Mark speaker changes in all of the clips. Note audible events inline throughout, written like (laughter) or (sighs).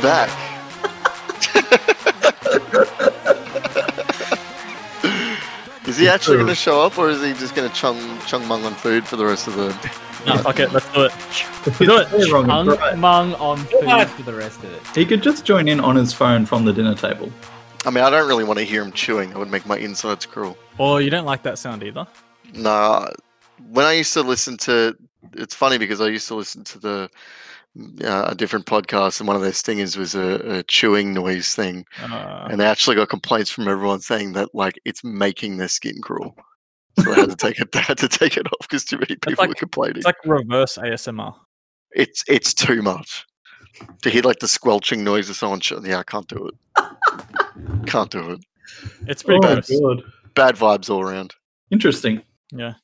Speaker 1: back. is he actually going to show up, or is he just going to chung chung mung on food for the rest of the?
Speaker 2: No, fuck it, let's do it.
Speaker 3: It's
Speaker 2: do it.
Speaker 3: very wrong and
Speaker 4: Hung
Speaker 3: right.
Speaker 4: mung on
Speaker 2: on.
Speaker 4: food for the rest of it.
Speaker 3: He could just join in on his phone from the dinner table.
Speaker 1: I mean, I don't really want to hear him chewing. That would make my insides cruel.
Speaker 2: Oh, you don't like that sound either.
Speaker 1: Nah, when I used to listen to, it's funny because I used to listen to the uh, a different podcast, and one of their stingers was a, a chewing noise thing,
Speaker 2: Uh,
Speaker 1: and they actually got complaints from everyone saying that like it's making their skin cruel. So they had to take it. (laughs) They had to take it off because too many people were
Speaker 2: like-
Speaker 1: complaining.
Speaker 2: it's like reverse ASMR.
Speaker 1: It's it's too much to hear like the squelching noise of someone. Ch- yeah, I can't do it. can't do it.
Speaker 2: It's pretty
Speaker 3: my
Speaker 2: gross.
Speaker 3: God.
Speaker 1: Bad vibes all around.
Speaker 3: Oh, Interesting.
Speaker 2: Yeah.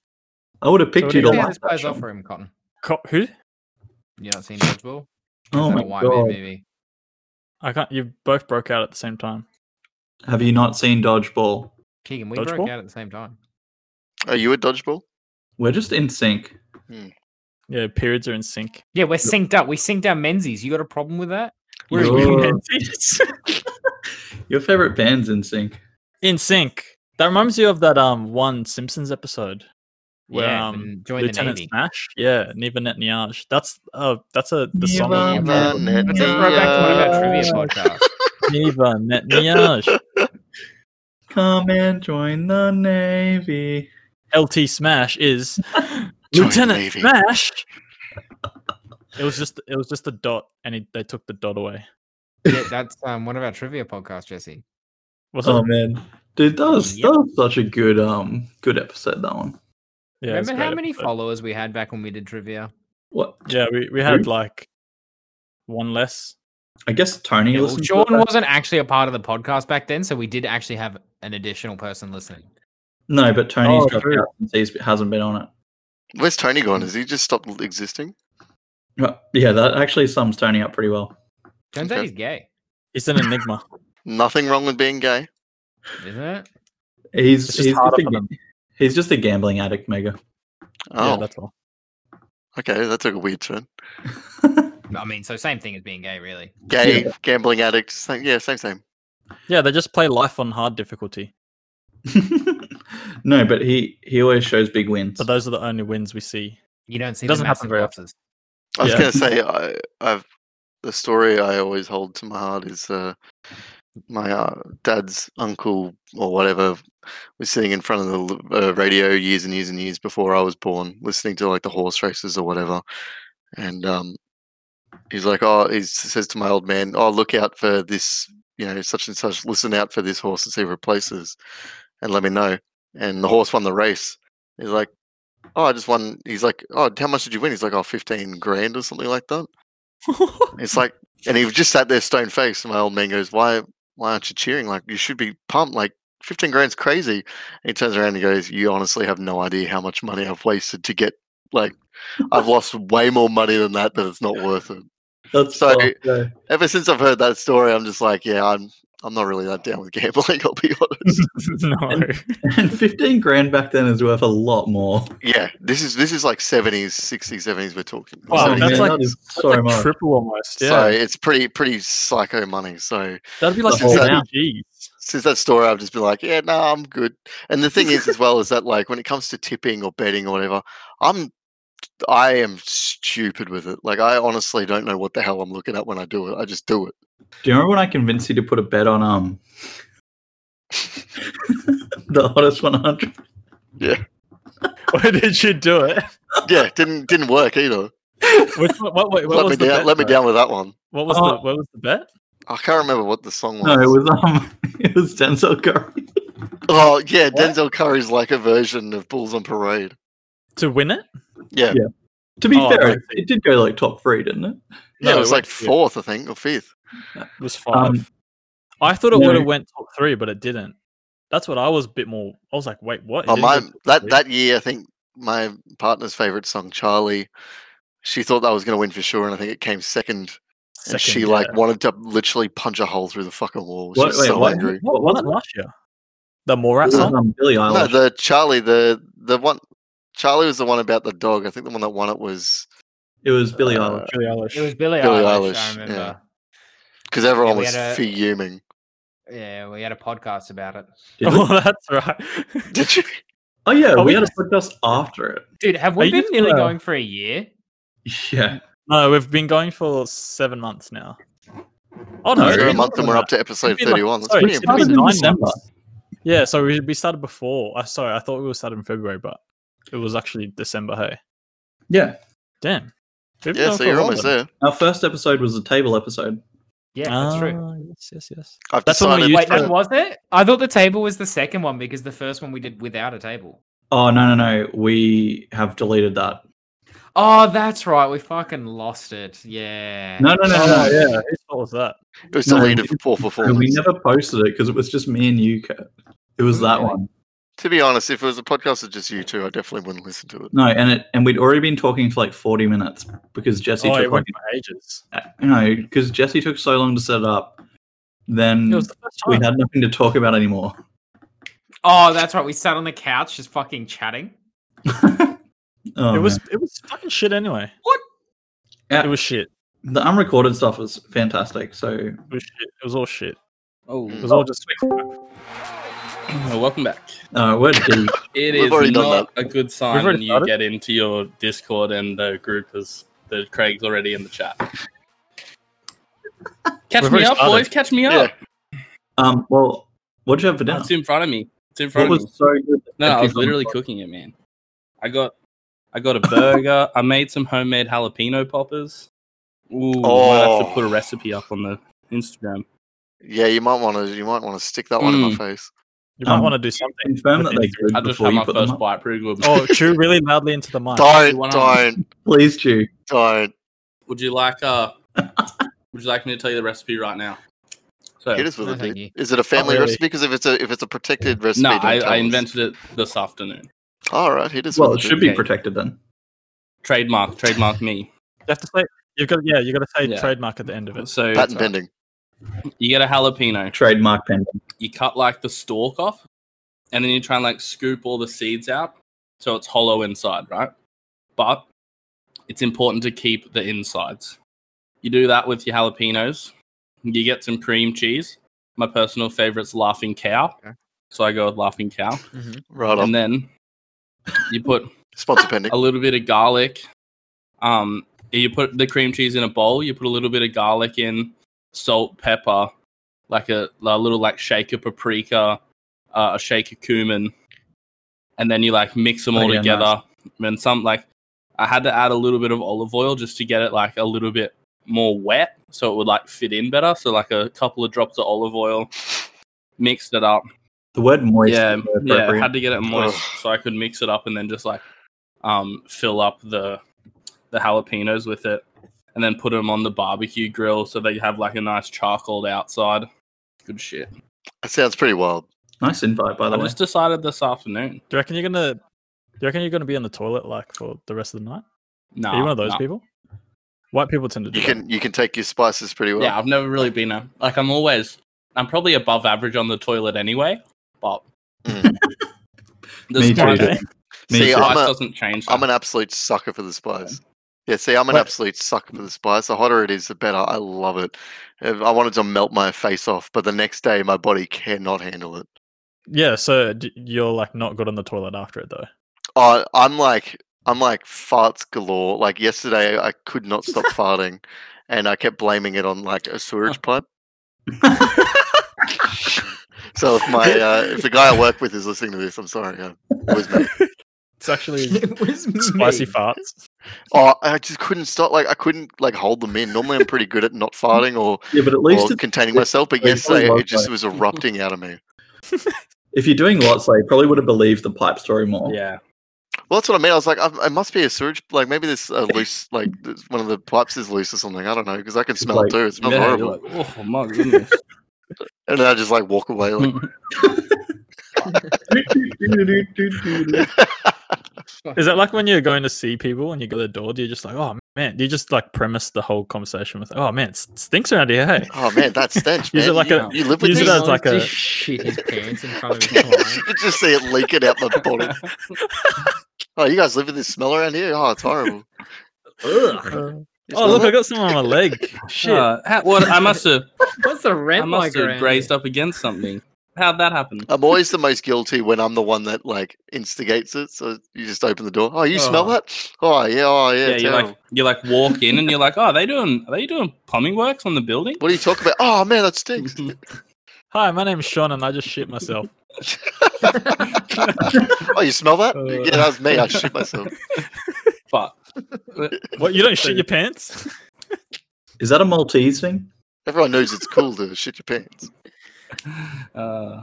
Speaker 3: I would have picked
Speaker 2: So
Speaker 3: you to
Speaker 2: it is-
Speaker 4: Yeah,
Speaker 3: like
Speaker 4: this
Speaker 3: that.
Speaker 4: plays off
Speaker 3: Sean.
Speaker 4: for him, Cotton.
Speaker 2: Co- who?
Speaker 4: You not seen Dodgeball?
Speaker 3: Oh
Speaker 4: Is that
Speaker 3: my
Speaker 4: a white man
Speaker 3: god.
Speaker 4: movie.
Speaker 2: I can't. You both broke out at the same time.
Speaker 3: Have you not seen Dodgeball?
Speaker 4: Keegan, we
Speaker 2: Dodgeball?
Speaker 4: broke out at the same time.
Speaker 1: Are you a dodgeball?
Speaker 3: We're just in sync.
Speaker 2: Yeah, periods are in sync.
Speaker 4: Yeah, we're synced up. We synced our Menzies. You got a problem with that?
Speaker 2: We're
Speaker 3: Your- Your favorite band's in sync.
Speaker 2: (laughs) in sync. That reminds you of that um one Simpsons episode where
Speaker 4: yeah,
Speaker 2: um
Speaker 4: and join the
Speaker 2: Lieutenant
Speaker 4: Navy.
Speaker 2: Smash. Yeah, Neva Net Niage. That's uh that's a the song.
Speaker 1: Neva Net
Speaker 4: That's a throwback to one of
Speaker 1: uh,
Speaker 4: our trivia
Speaker 3: Yeah.
Speaker 1: (laughs)
Speaker 4: podcasts.
Speaker 2: (laughs) Neva Net Niage.
Speaker 3: Come and join the navy.
Speaker 2: LT
Speaker 3: (laughs)
Speaker 2: Smash is
Speaker 1: Join the
Speaker 2: Lieutenant
Speaker 1: Navy.
Speaker 2: Smash. It was just it was just a dot, and he, they took the dot away.
Speaker 4: Yeah, that's um, one of our trivia podcasts, Jesse.
Speaker 2: Was it?
Speaker 3: Oh man, dude, that was
Speaker 4: Yep.
Speaker 3: that was such a good um good episode. That one.
Speaker 2: yeah, it was
Speaker 4: Remember how
Speaker 2: great
Speaker 4: many
Speaker 2: episode.
Speaker 4: followers we had back when we did trivia?
Speaker 3: What?
Speaker 2: Yeah, we, we had like one less.
Speaker 3: I guess Tony
Speaker 4: Yeah, well,
Speaker 3: listened.
Speaker 4: Sean
Speaker 3: to it.
Speaker 4: wasn't actually a part of the podcast back then, so we did actually have an additional person listening.
Speaker 3: No, but Tony's
Speaker 2: Oh,
Speaker 3: dropped
Speaker 2: true.
Speaker 3: out since he hasn't been on it.
Speaker 1: Where's Tony gone? Has he just stopped l- existing?
Speaker 3: Well, Yeah, that actually sums Tony up pretty well.
Speaker 4: Turns
Speaker 1: Okay.
Speaker 4: out he's gay,
Speaker 2: It's an
Speaker 1: (laughs)
Speaker 2: enigma.
Speaker 1: Nothing wrong with being gay.
Speaker 4: isn't it?
Speaker 3: He's
Speaker 2: It's
Speaker 3: he's,
Speaker 2: just
Speaker 3: just
Speaker 2: harder
Speaker 3: a,
Speaker 2: for
Speaker 3: ga- he's just a gambling addict, Mega. (laughs)
Speaker 2: Yeah,
Speaker 1: Oh,
Speaker 2: that's all.
Speaker 1: okay, that took a weird turn.
Speaker 4: I mean, so same thing as being gay, really.
Speaker 1: Gay, gambling addict. Same, yeah, same, same.
Speaker 2: Yeah, they just play life on hard difficulty.
Speaker 3: no, but he he always shows big wins.
Speaker 2: But those are the only wins
Speaker 3: (laughs)
Speaker 2: we see.
Speaker 4: You don't see
Speaker 2: Doesn't
Speaker 4: the massive
Speaker 2: happen very
Speaker 4: losses.
Speaker 1: I was
Speaker 2: Yeah.
Speaker 1: gonna say I, I've the story I always hold to my heart is uh, my uh, dad's uncle or whatever was sitting in front of the l- uh, radio years and years and years before I was born, listening to like the horse races or whatever, and um, he's like, oh, he s- says to my old man, oh, look out for this, you know, such and such, listen out for this horse and see if it places, and let me know. And the horse won the race. He's like, oh, I just won. He's like, oh, how much did you win? He's like, oh, 15 grand or something like that. It's like, and he just sat there stone faced. And my old man goes, why, why aren't you cheering? Like, you should be pumped. Like, 15 grand's crazy. And he turns around and goes, you honestly have no idea how much money I've wasted to get, like, I've lost way more money than that, that it's not worth it.
Speaker 3: That's
Speaker 1: so-
Speaker 3: fucked, though.
Speaker 1: Ever since I've heard that story, I'm just like, yeah, I'm, I'm not really that down with gambling, (laughs) I'll be honest.
Speaker 3: (laughs)
Speaker 2: no.
Speaker 3: and fifteen grand back then is worth a lot more.
Speaker 1: yeah, this is this is like 70s, 60s, 70s we're talking.
Speaker 2: Wow,
Speaker 1: So-
Speaker 3: So,
Speaker 2: that's
Speaker 3: yeah,
Speaker 2: like-
Speaker 3: that is
Speaker 2: That's
Speaker 3: so
Speaker 2: like
Speaker 3: much.
Speaker 2: triple almost. Yeah.
Speaker 1: So it's pretty pretty psycho money. So
Speaker 2: That'd be like
Speaker 3: the whole
Speaker 2: 60
Speaker 3: amount.
Speaker 2: Gs. (laughs)
Speaker 1: since that story, I've just been like, yeah, no, I'm good. And the thing is, as well, is that like when it comes to tipping or betting or whatever, I'm I am stupid with it. Like I honestly don't know what the hell I'm looking at when I do it. I just do it.
Speaker 3: Do you remember when I convinced you to put a bet on um the hottest one hundred?
Speaker 2: Why did you do it? (laughs)
Speaker 1: Yeah, didn't didn't work either.
Speaker 2: Which one- what, wait, what
Speaker 1: let
Speaker 2: was
Speaker 1: me
Speaker 2: the
Speaker 1: down.
Speaker 2: bet,
Speaker 1: let me
Speaker 2: though?
Speaker 1: down with that one.
Speaker 2: What was
Speaker 3: Oh.
Speaker 2: the what was the bet?
Speaker 1: I can't remember what the song was.
Speaker 3: No, it was um (laughs) it was Denzel Curry.
Speaker 1: oh yeah, Denzel Curry's like a version of Bulls on Parade.
Speaker 2: To win it?
Speaker 1: Yeah,
Speaker 3: Yeah. To be
Speaker 2: Oh,
Speaker 3: fair,
Speaker 2: I
Speaker 3: it, it did go like top three, didn't it?
Speaker 1: yeah,
Speaker 2: No,
Speaker 1: it was
Speaker 2: it
Speaker 1: like
Speaker 2: was- yeah.
Speaker 1: fourth, I think, or fifth.
Speaker 2: It was five. I thought it
Speaker 3: no.
Speaker 2: would have went top three, but it didn't. That's what I was a bit more. I was like, wait, what? It
Speaker 1: Oh,
Speaker 2: didn't go
Speaker 1: my
Speaker 2: top
Speaker 1: that
Speaker 2: three?
Speaker 1: that year, I think my partner's favorite song, Charlie. She thought that was going to win for sure, and I think it came second.
Speaker 2: Second,
Speaker 1: and she
Speaker 2: yeah.
Speaker 1: like wanted to literally punch a hole through the fucking wall. She
Speaker 3: Wait,
Speaker 1: was
Speaker 3: wait,
Speaker 1: so
Speaker 3: what?
Speaker 1: angry.
Speaker 2: what won it last year? The
Speaker 3: It
Speaker 2: Morat
Speaker 3: was,
Speaker 2: song.
Speaker 3: um, Billie
Speaker 1: No,
Speaker 3: Eilish.
Speaker 1: the Charlie, the the one, Charlie was the one about the dog. I think the one that won it was
Speaker 3: it was Billie
Speaker 1: uh,
Speaker 3: Eilish.
Speaker 2: Billie Eilish. (laughs)
Speaker 4: It was Billy
Speaker 1: Billie
Speaker 4: Eilish,
Speaker 1: Eilish,
Speaker 4: I
Speaker 1: yeah.
Speaker 4: remember.
Speaker 1: because everyone
Speaker 4: we
Speaker 1: was
Speaker 4: had a-
Speaker 1: fuming. (laughs)
Speaker 4: Yeah, we had a podcast about it.
Speaker 3: Did we?
Speaker 2: Oh, that's right. (laughs)
Speaker 1: Did you?
Speaker 3: Oh yeah,
Speaker 2: Are
Speaker 3: we
Speaker 2: we-
Speaker 3: had a podcast after it. (laughs)
Speaker 4: Dude, have
Speaker 2: Are
Speaker 4: we
Speaker 2: you
Speaker 4: been nearly
Speaker 2: sure?
Speaker 4: going for a year?
Speaker 3: Yeah.
Speaker 2: No, we've been going for seven months now. Oh no,
Speaker 3: No,
Speaker 1: It's
Speaker 2: it's (laughs)
Speaker 1: been
Speaker 3: you're
Speaker 1: a
Speaker 2: been
Speaker 1: month
Speaker 2: longer
Speaker 1: and we're
Speaker 2: than
Speaker 1: up to
Speaker 2: that.
Speaker 1: episode
Speaker 2: It's been like-
Speaker 1: 31. That's
Speaker 2: sorry,
Speaker 1: pretty
Speaker 2: it's been like
Speaker 1: impressive.
Speaker 3: in
Speaker 2: nine
Speaker 3: December.
Speaker 2: months. Yeah, so we we started before. I sorry, I thought we were started in February, but it was actually December. Hey,
Speaker 3: Yeah.
Speaker 2: damn. We've been
Speaker 1: Yeah, so
Speaker 2: going for a
Speaker 1: you're
Speaker 2: while
Speaker 1: almost
Speaker 2: then.
Speaker 1: there.
Speaker 3: Our first episode was a table episode.
Speaker 4: Yeah, that's true.
Speaker 2: Ah, Yes, yes, yes.
Speaker 1: I've
Speaker 2: That's when
Speaker 1: decided.
Speaker 2: we used
Speaker 4: Wait,
Speaker 1: that-
Speaker 2: to-
Speaker 4: that was it? I thought the table was the second one because the first one we did without a table.
Speaker 3: Oh no no no. We have deleted that.
Speaker 4: Oh, that's right. We fucking lost it. Yeah.
Speaker 3: No no no
Speaker 2: Oh,
Speaker 3: no.
Speaker 2: yeah. Whose fault was that?
Speaker 1: (laughs) It was
Speaker 3: No,
Speaker 1: deleted
Speaker 3: we
Speaker 1: for poor
Speaker 3: no, We
Speaker 1: performance.
Speaker 3: never posted it because it was just me and you, Kurt. It was that
Speaker 4: Really?
Speaker 3: one.
Speaker 1: To be honest, if it was a podcast of just you two, I definitely wouldn't listen to it.
Speaker 3: No, and it and we'd already been talking for like forty minutes because Jesse
Speaker 2: Oh, it
Speaker 3: took like
Speaker 2: went for ages.
Speaker 3: you know because Jesse took so long to set it up. Then
Speaker 2: It was the first
Speaker 3: Hmm. we
Speaker 2: time.
Speaker 3: had nothing to talk about anymore.
Speaker 4: Oh, that's right. We sat on the couch just fucking chatting.
Speaker 3: Oh,
Speaker 2: it was
Speaker 3: man.
Speaker 2: it was fucking shit anyway.
Speaker 4: What?
Speaker 3: Yeah.
Speaker 2: It was shit.
Speaker 3: the unrecorded stuff was fantastic. So
Speaker 2: It was shit. It was all shit.
Speaker 5: Oh,
Speaker 2: It was all just we've
Speaker 5: (clears throat) well, welcome back.
Speaker 3: uh, we're
Speaker 2: (laughs)
Speaker 3: deep.
Speaker 1: Mm.
Speaker 5: It
Speaker 1: We've
Speaker 5: is
Speaker 1: already done
Speaker 5: not a good sign
Speaker 2: We've
Speaker 5: when
Speaker 2: already
Speaker 5: you
Speaker 2: started?
Speaker 5: get into your Discord and the group is the Craig's already in the chat. Catch
Speaker 2: We've
Speaker 5: me
Speaker 2: already
Speaker 5: up,
Speaker 2: started.
Speaker 5: boys! Catch me
Speaker 1: Yeah.
Speaker 5: up!
Speaker 3: um, well, what did you have for dinner?
Speaker 5: It's in front of me. It's in
Speaker 3: What
Speaker 5: front of me.
Speaker 3: was so good? that
Speaker 5: No, I was
Speaker 3: people-
Speaker 5: literally cooking it, man. I got, I got a burger. (laughs) I made some homemade jalapeno poppers. Ooh, I might have
Speaker 1: Oh.
Speaker 5: to put a recipe up on the Instagram.
Speaker 1: Yeah, you might want to. You might want to stick that one in my face.
Speaker 2: You might
Speaker 3: Um,
Speaker 2: want to do something.
Speaker 3: Confirm that
Speaker 2: with
Speaker 3: they're
Speaker 2: these
Speaker 3: good
Speaker 5: I just
Speaker 3: before
Speaker 5: had
Speaker 3: you
Speaker 5: my
Speaker 3: put them
Speaker 5: first
Speaker 3: up.
Speaker 5: bite. Pretty good.
Speaker 2: Oh, chew really loudly into the mic.
Speaker 1: Don't,
Speaker 5: Why not?
Speaker 1: don't,
Speaker 3: (laughs) Please, chew.
Speaker 1: don't.
Speaker 5: (laughs) Would you like uh Would you like me to tell you the recipe right now? So
Speaker 1: Hit us with
Speaker 4: No,
Speaker 1: it.
Speaker 4: thank
Speaker 1: dude.
Speaker 4: you.
Speaker 1: Is it a family
Speaker 2: really.
Speaker 1: recipe? Because if it's a if it's a protected recipe,
Speaker 5: no,
Speaker 1: don't
Speaker 5: I,
Speaker 1: tell
Speaker 5: I
Speaker 1: us.
Speaker 5: invented it this afternoon.
Speaker 1: All right, hit us
Speaker 3: Well, it
Speaker 1: with
Speaker 3: should
Speaker 1: it.
Speaker 3: be
Speaker 5: Okay.
Speaker 3: protected then.
Speaker 5: Trademark, trademark me.
Speaker 2: You have to say you've got yeah, you got to say
Speaker 5: Yeah.
Speaker 2: trademark at the end of it.
Speaker 5: So
Speaker 1: Patent pending.
Speaker 5: you get a jalapeno,
Speaker 3: Trademark pending.
Speaker 5: you cut like the stalk off, and then you try and like scoop all the seeds out, so it's hollow inside, right? But it's important to keep the insides. You do that with your jalapenos. You get some cream cheese. My personal favorite's Laughing Cow,
Speaker 4: Okay.
Speaker 5: so I go with Laughing Cow.
Speaker 1: Right on.
Speaker 5: and then you put
Speaker 1: Sponsor pending.
Speaker 5: a little bit of garlic. Um, you put the cream cheese in a bowl. You put a little bit of garlic in, salt, pepper, like a, a little like shake of paprika, uh, a shake of cumin, and then you like mix them
Speaker 3: Oh,
Speaker 5: all
Speaker 3: yeah,
Speaker 5: together. And some like I had to add a little bit of olive oil just to get it like a little bit more wet, so it would like fit in better. So like a couple of drops of olive oil, mixed it up
Speaker 3: The word moist.
Speaker 5: yeah,
Speaker 3: is more
Speaker 5: yeah.
Speaker 3: appropriate.
Speaker 5: Had to get it moist
Speaker 1: Ugh.
Speaker 5: so I could mix it up and then just like um, fill up the the jalapenos with it, and then put them on the barbecue grill so they have like a nice charcoal outside. Good shit.
Speaker 1: That sounds pretty wild.
Speaker 3: Nice invite, by
Speaker 5: I
Speaker 3: the way.
Speaker 5: just decided this afternoon.
Speaker 2: Do you reckon you're gonna? Do you reckon you're gonna be on the toilet like for the rest of the night?
Speaker 5: No,
Speaker 2: Are you one of those people? White people tend to do
Speaker 1: You
Speaker 2: that.
Speaker 1: can you can take your spices pretty well.
Speaker 5: Yeah, I've never really been a like. I'm always. I'm probably above average on the toilet anyway, but. (laughs)
Speaker 1: Mm.
Speaker 5: the
Speaker 3: Me too.
Speaker 5: spice,
Speaker 2: Okay.
Speaker 3: Me
Speaker 1: See, (laughs)
Speaker 3: too.
Speaker 5: (laughs) spice
Speaker 1: I'm a-
Speaker 5: doesn't change.
Speaker 1: I'm
Speaker 5: that.
Speaker 1: an absolute sucker for the spice. Yeah, see, I'm an
Speaker 2: But-
Speaker 1: absolute sucker for the spice. The hotter it is, the better. I love it. If- I wanted to melt my face off, but the next day my body cannot handle it.
Speaker 2: Yeah, so d- you're like not good on the toilet
Speaker 1: (laughs)
Speaker 2: after it though.
Speaker 1: Oh, I'm like I'm like farts galore. Like yesterday, I could not
Speaker 5: (laughs)
Speaker 1: stop farting, and I kept blaming it on like a
Speaker 5: Oh.
Speaker 1: sewerage pipe.
Speaker 5: (laughs)
Speaker 1: so if my uh, if the guy I work with is listening to this, I'm sorry. I, it was
Speaker 5: (laughs)
Speaker 1: me.
Speaker 2: It's actually
Speaker 4: It was
Speaker 2: spicy
Speaker 4: me.
Speaker 2: farts.
Speaker 1: Oh, I just couldn't stop. Like I couldn't like hold them in. Normally, I'm pretty good at
Speaker 5: (laughs)
Speaker 1: not farting or,
Speaker 3: yeah, but at least
Speaker 1: or
Speaker 3: it's,
Speaker 1: containing
Speaker 3: it's-
Speaker 1: myself. But
Speaker 3: it's
Speaker 1: yesterday,
Speaker 3: probably
Speaker 1: it just
Speaker 3: worth
Speaker 1: was erupting out of me.
Speaker 3: if you're doing lots, they probably would have believed the pipe story more.
Speaker 5: yeah,
Speaker 1: Well, that's what I mean. I was like, I, it must be a sewage. Like maybe this uh, loose, like this- one of the pipes is loose or something. I don't know because I can smell
Speaker 3: like-
Speaker 1: it too. It smells
Speaker 5: Yeah, (laughs) you're
Speaker 1: horrible.
Speaker 5: like, oh my goodness.
Speaker 1: And then I just like walk away. Like,
Speaker 2: Is that like when you're going to see people and you go to the door? Do you just like, oh man? Do you just like premise the whole conversation with, oh man, it stinks around
Speaker 1: (laughs)
Speaker 2: here, hey?
Speaker 1: oh man, that stench,
Speaker 2: Use
Speaker 1: man.
Speaker 2: it like
Speaker 1: you,
Speaker 2: a-
Speaker 1: you live with
Speaker 2: use
Speaker 1: this.
Speaker 2: it
Speaker 1: (laughs)
Speaker 2: as like
Speaker 4: Just
Speaker 2: a-
Speaker 4: shit his pants in front of his
Speaker 1: you
Speaker 2: (laughs)
Speaker 4: client.
Speaker 1: could just see it leaking out my body. (laughs) Oh, you guys live with this smell around here? Oh, it's horrible.
Speaker 3: (laughs) Ugh.
Speaker 2: (laughs) Uh,
Speaker 1: It's
Speaker 2: Oh, look, I
Speaker 1: not-
Speaker 2: got
Speaker 1: (laughs)
Speaker 2: some on my leg. Shit.
Speaker 5: Uh, ha- what, I must have,
Speaker 4: What's the red
Speaker 5: I must
Speaker 4: like
Speaker 5: have
Speaker 4: around?
Speaker 5: grazed
Speaker 4: here?
Speaker 5: up against something. How'd that happen?
Speaker 1: I'm always the most guilty when I'm the one that like instigates it. So you just open the door. Oh, you smell
Speaker 5: Oh.
Speaker 1: that? Oh yeah, oh yeah.
Speaker 5: yeah, you
Speaker 1: terrible.
Speaker 5: like you like walk in and you're like, oh, are they doing are they doing plumbing works on
Speaker 1: (laughs)
Speaker 5: the building?
Speaker 1: what are you talking about? Oh man, that
Speaker 2: (laughs)
Speaker 1: stinks.
Speaker 2: Hi, my name's Sean, and I just shit myself.
Speaker 1: oh, you smell that?
Speaker 2: Uh.
Speaker 1: yeah, that was me. I shit myself.
Speaker 5: but
Speaker 2: What? You don't shit
Speaker 1: (laughs)
Speaker 2: your pants?
Speaker 3: Is that a Maltese thing?
Speaker 1: Everyone knows it's cool to shit your pants.
Speaker 5: uh,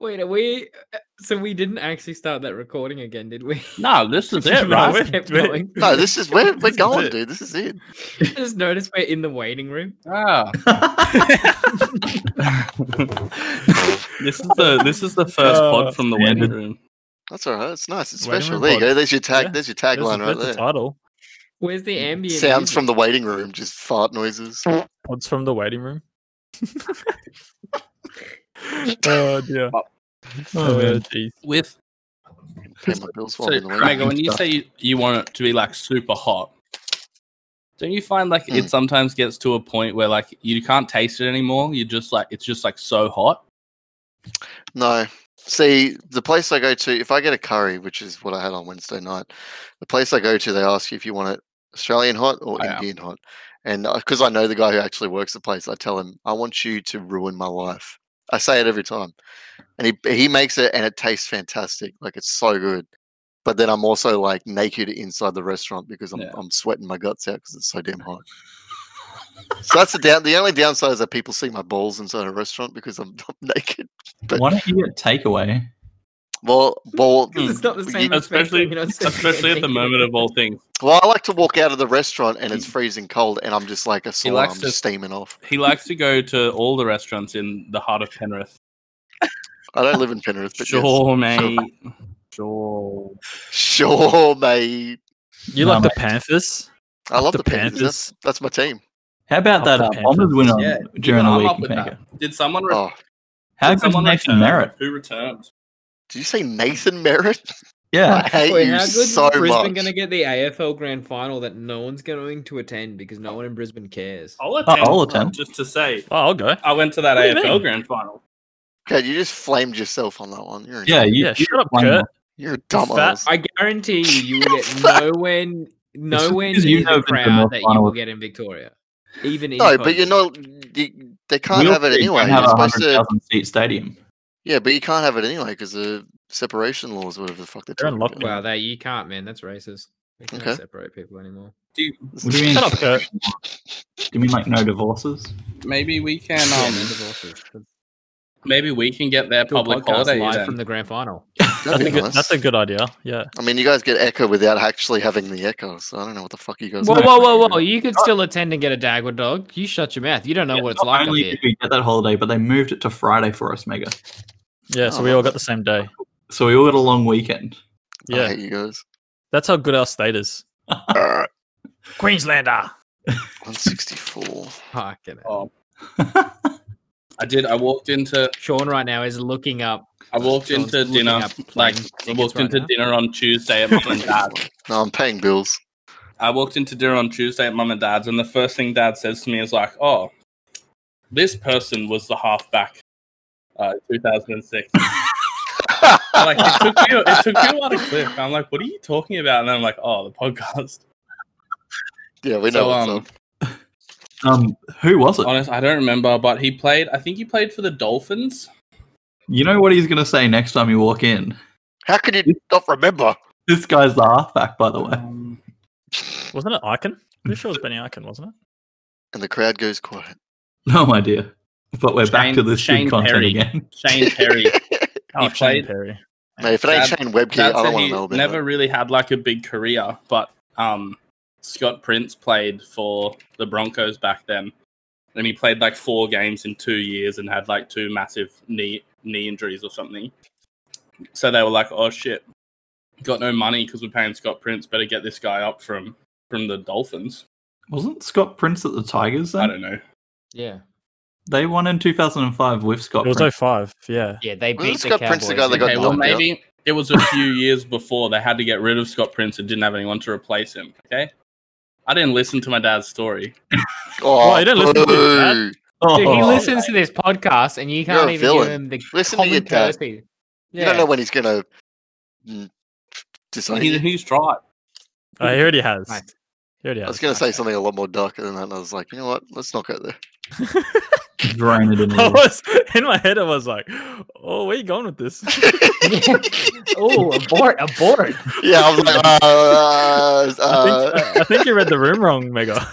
Speaker 4: Wait, are we? uh, So we didn't actually start that recording again, did we?
Speaker 5: (laughs) no, this is it,
Speaker 4: (laughs)
Speaker 2: No,
Speaker 5: right?
Speaker 2: we're-
Speaker 4: Just kept
Speaker 2: we're-
Speaker 4: going.
Speaker 1: No, this is where we're
Speaker 2: This is
Speaker 1: going,
Speaker 2: it.
Speaker 1: dude. This is it.
Speaker 4: I just noticed we're in the waiting room.
Speaker 5: Ah.
Speaker 2: (laughs)
Speaker 5: this is the this is the first
Speaker 2: Uh,
Speaker 5: pod from the waiting
Speaker 3: standard.
Speaker 5: room.
Speaker 1: That's all right. It's nice. It's
Speaker 2: Waiting
Speaker 1: special.
Speaker 2: room
Speaker 1: There you
Speaker 2: pod.
Speaker 1: go. There's your tag.
Speaker 2: Yeah.
Speaker 1: There's your
Speaker 2: There's a-
Speaker 1: tagline right
Speaker 2: there's the
Speaker 1: there.
Speaker 2: title.
Speaker 4: Where's the ambient?
Speaker 1: Sounds from
Speaker 4: music?
Speaker 1: the waiting room. Just fart
Speaker 2: (laughs)
Speaker 1: noises.
Speaker 2: Pods from the
Speaker 1: (laughs)
Speaker 2: waiting room. oh dear.
Speaker 3: Oh, man.
Speaker 2: jeez.
Speaker 5: With
Speaker 1: Pay my bills
Speaker 5: so,
Speaker 1: while I'm in the waiting
Speaker 5: Mega,
Speaker 1: room.
Speaker 5: when you say you, you want it to be like super hot, don't you find like
Speaker 1: Hmm.
Speaker 5: it sometimes gets to a point where like you can't taste it anymore? You just like it's just like so (laughs) hot.
Speaker 1: No. See, the place I go to, if I get a curry, which is what I had on Wednesday night, the place I go to, they ask you if you want it Australian hot or
Speaker 5: Oh, yeah.
Speaker 1: Indian hot. And because I know the guy who actually works the place, I tell him, I want you to ruin my life. I say it every time. And he, he makes it and it tastes fantastic. Like it's so good. But then I'm also like naked inside the restaurant because I'm,
Speaker 5: Yeah.
Speaker 1: I'm sweating my guts out because it's so damn hot. so that's the down. The only downside is that people see my balls inside a restaurant because I'm, (laughs) I'm naked. But-
Speaker 3: Why don't you get takeaway?
Speaker 4: (laughs)
Speaker 1: Well, well,
Speaker 4: 'Cause it's not the
Speaker 1: You-
Speaker 4: same. as
Speaker 5: Hmm. especially-
Speaker 4: when you're not sitting
Speaker 5: Especially at the
Speaker 4: naked.
Speaker 5: moment of all things.
Speaker 1: (laughs) Well, I like to walk out of the restaurant
Speaker 4: (laughs)
Speaker 1: and it's freezing cold, and I'm just like a sauna.
Speaker 5: likes
Speaker 1: I'm
Speaker 5: to-
Speaker 1: just steaming off.
Speaker 5: He likes to go to all the restaurants in the heart of Penrith.
Speaker 1: I don't live in Penrith, but yes.
Speaker 5: Sure, mate. Sure.
Speaker 1: sure, mate.
Speaker 2: You
Speaker 3: Nah,
Speaker 2: like the
Speaker 3: mate.
Speaker 2: Panthers?
Speaker 1: I love
Speaker 2: The
Speaker 1: the, Panthers. That's,
Speaker 2: Panthers.
Speaker 1: that's my team.
Speaker 3: How about
Speaker 2: Up
Speaker 3: that
Speaker 2: the
Speaker 3: uh,
Speaker 2: Panthers.
Speaker 3: Bombers win on,
Speaker 5: Yeah,
Speaker 3: during
Speaker 5: I'm
Speaker 3: the
Speaker 5: up
Speaker 3: week?
Speaker 5: with
Speaker 3: Mega?
Speaker 5: Did someone? Re-
Speaker 1: Oh,
Speaker 3: How
Speaker 5: did
Speaker 3: good's
Speaker 5: someone
Speaker 3: Nathan
Speaker 5: return?
Speaker 3: Merritt?
Speaker 5: Who returned?
Speaker 1: did you say Nathan Merritt?
Speaker 3: Yeah,
Speaker 1: I (laughs) hate
Speaker 4: Wait,
Speaker 1: you
Speaker 4: how good is
Speaker 1: so
Speaker 4: Brisbane
Speaker 1: much.
Speaker 4: going to get the AFL Grand Final that no one's going to attend because no one in Brisbane cares?
Speaker 5: Oh, I'll attend.
Speaker 3: I'll attend.
Speaker 5: Just to say,
Speaker 2: Oh, I'll go.
Speaker 5: I went to that
Speaker 2: What do you
Speaker 5: AFL
Speaker 2: mean?
Speaker 5: grand final.
Speaker 1: Okay, you just flamed yourself on that one. You're a,
Speaker 3: yeah, you,
Speaker 2: yeah,
Speaker 3: you
Speaker 2: shut up,
Speaker 3: won
Speaker 2: Kurt.
Speaker 1: you're a
Speaker 2: fat-
Speaker 1: dumbass.
Speaker 4: I guarantee you, you will
Speaker 1: (laughs)
Speaker 4: get nowhere, n- nowhere
Speaker 3: because you
Speaker 4: near
Speaker 3: know
Speaker 4: the
Speaker 3: Brisbane
Speaker 4: crowd
Speaker 3: North
Speaker 4: that you
Speaker 3: final-
Speaker 4: will get in Victoria. Even in
Speaker 1: No, but you're
Speaker 4: Perth.
Speaker 1: not. You, they can't
Speaker 3: We'll
Speaker 1: have it
Speaker 3: see,
Speaker 1: anyway.
Speaker 3: don't Have
Speaker 1: You're
Speaker 3: a
Speaker 1: supposed to.
Speaker 3: 100,000 seat stadium.
Speaker 1: Yeah, but you can't have it anyway because the separation laws, whatever the fuck they're
Speaker 2: They're in
Speaker 1: talking about.
Speaker 2: lockdown.
Speaker 4: Wow, that you can't, man. That's racist. You can't
Speaker 1: Okay.
Speaker 4: separate people anymore.
Speaker 5: Dude,
Speaker 3: What do you mean?
Speaker 2: Shut
Speaker 3: (laughs)
Speaker 2: up, Kurt.
Speaker 3: Do you mean like no divorces?
Speaker 5: maybe we can.
Speaker 4: Yeah, man,
Speaker 5: Um,
Speaker 4: divorces.
Speaker 5: maybe we can get their
Speaker 4: Do a
Speaker 5: public
Speaker 4: podcast
Speaker 5: holiday.
Speaker 4: live
Speaker 5: then.
Speaker 4: from the grand final.
Speaker 1: That'd
Speaker 2: That's a,
Speaker 1: be
Speaker 2: good,
Speaker 1: nice.
Speaker 2: that's a good idea. Yeah.
Speaker 1: I mean, you guys get echo without actually having the echo, so I don't know what the fuck you guys.
Speaker 4: Whoa,
Speaker 1: are
Speaker 4: whoa,
Speaker 1: trying to
Speaker 4: whoa,
Speaker 1: do.
Speaker 4: whoa! You could still attend and get a Dagwood dog. You shut your mouth. You don't know
Speaker 3: Yeah,
Speaker 4: what it's
Speaker 3: not
Speaker 4: like up
Speaker 3: only
Speaker 4: here.
Speaker 3: did we get that holiday, but they moved it to Friday for us, Mega.
Speaker 2: Yeah, so
Speaker 1: Oh,
Speaker 2: we all got the same day.
Speaker 3: So we all got a long weekend. (laughs)
Speaker 1: I
Speaker 2: Yeah.
Speaker 1: hate you guys.
Speaker 2: That's how good our state is.
Speaker 1: Alright,
Speaker 2: Queenslander.
Speaker 1: 164.
Speaker 4: Fucking hell.
Speaker 5: Oh, I did. I walked into.
Speaker 4: Sean right now is looking up.
Speaker 5: I walked
Speaker 4: Sean's
Speaker 5: into
Speaker 4: looking
Speaker 5: dinner.
Speaker 4: up plane
Speaker 5: Like I
Speaker 4: tickets
Speaker 5: walked
Speaker 4: right
Speaker 5: into
Speaker 4: now.
Speaker 5: dinner on Tuesday at mum (laughs) and dad's.
Speaker 1: No, I'm paying bills.
Speaker 5: I walked into dinner on Tuesday at mum and dad's, and the first thing dad says to me is like, "Oh, this person was the halfback." Uh, 2006. (laughs) like it took me, it
Speaker 1: (laughs)
Speaker 5: took me a while to click. I'm like, "What are you talking about?" And then I'm like, "Oh, the podcast."
Speaker 1: yeah, we know
Speaker 5: So,
Speaker 1: what's
Speaker 5: um,
Speaker 1: up.
Speaker 3: Um, who was it?
Speaker 5: Honest, I don't remember, but he played. I think he played for the Dolphins.
Speaker 3: You know what he's going to say next time you walk in?
Speaker 1: How could you not remember?
Speaker 3: This guy's the halfback, by the way. (laughs)
Speaker 5: Um,
Speaker 2: Wasn't it Icon? Pretty sure it was Benny Icon, wasn't it?
Speaker 1: And the crowd goes quiet.
Speaker 3: No idea. But we're back
Speaker 5: Shane-
Speaker 3: to this
Speaker 5: Shane
Speaker 3: good content
Speaker 5: Perry.
Speaker 3: again. (laughs)
Speaker 5: Shane Perry.
Speaker 2: Oh,
Speaker 5: He
Speaker 2: Shane
Speaker 5: played-
Speaker 2: Perry.
Speaker 1: Mate, if it ain't
Speaker 5: Dad-
Speaker 1: Shane Webke, I
Speaker 5: Dad
Speaker 1: don't
Speaker 5: said
Speaker 1: want to
Speaker 5: he
Speaker 1: know about
Speaker 5: never
Speaker 1: it.
Speaker 5: really had like a big career, but um, Scott Prince played for the Broncos back then, and he played like four games in two years and had like two massive knee knee injuries or something. So they were like, "Oh shit, got no money because we're paying Scott Prince. Better get this guy up from from the Dolphins."
Speaker 3: Wasn't Scott Prince at the Tigers
Speaker 5: I
Speaker 3: then?
Speaker 5: don't know.
Speaker 4: Yeah,
Speaker 3: They won in 2005 with Scott
Speaker 2: It was
Speaker 3: Prince.
Speaker 2: 05. Yeah.
Speaker 4: yeah. They
Speaker 1: Well,
Speaker 4: beat
Speaker 1: it's
Speaker 4: the
Speaker 1: got
Speaker 4: Cowboys.
Speaker 1: Prince the guy that got
Speaker 5: Okay, well
Speaker 1: knocked out.
Speaker 5: maybe it (laughs) was a few years before they had to get rid of Scott Prince and didn't have anyone to replace him. Okay, I didn't listen to my dad's story.
Speaker 1: Oh,
Speaker 2: you don't listen to that.
Speaker 1: boo.
Speaker 3: Oh,
Speaker 4: Dude, he listens to this podcast, and you
Speaker 1: You're a
Speaker 4: can't even give
Speaker 1: villain.
Speaker 4: him the
Speaker 1: Listen to
Speaker 4: common
Speaker 1: your dad.
Speaker 4: courtesy.
Speaker 1: You don't know when he's gonna mm, decide.
Speaker 5: He, he's tried.
Speaker 2: Uh, he already has.
Speaker 4: Nice.
Speaker 2: He already
Speaker 1: I was
Speaker 2: has.
Speaker 1: gonna say something a lot more darker than that, and I was like, you know what? Let's not go there.
Speaker 3: drain it in.
Speaker 2: I
Speaker 3: there.
Speaker 2: (laughs) was in my head. I was like, "Oh, where you going with this?" (laughs)
Speaker 1: (laughs)
Speaker 4: oh, abort, abort.
Speaker 1: Yeah, I was like, uh, uh,
Speaker 2: I,
Speaker 1: uh,
Speaker 2: think, I, I think you read the room wrong, Mega.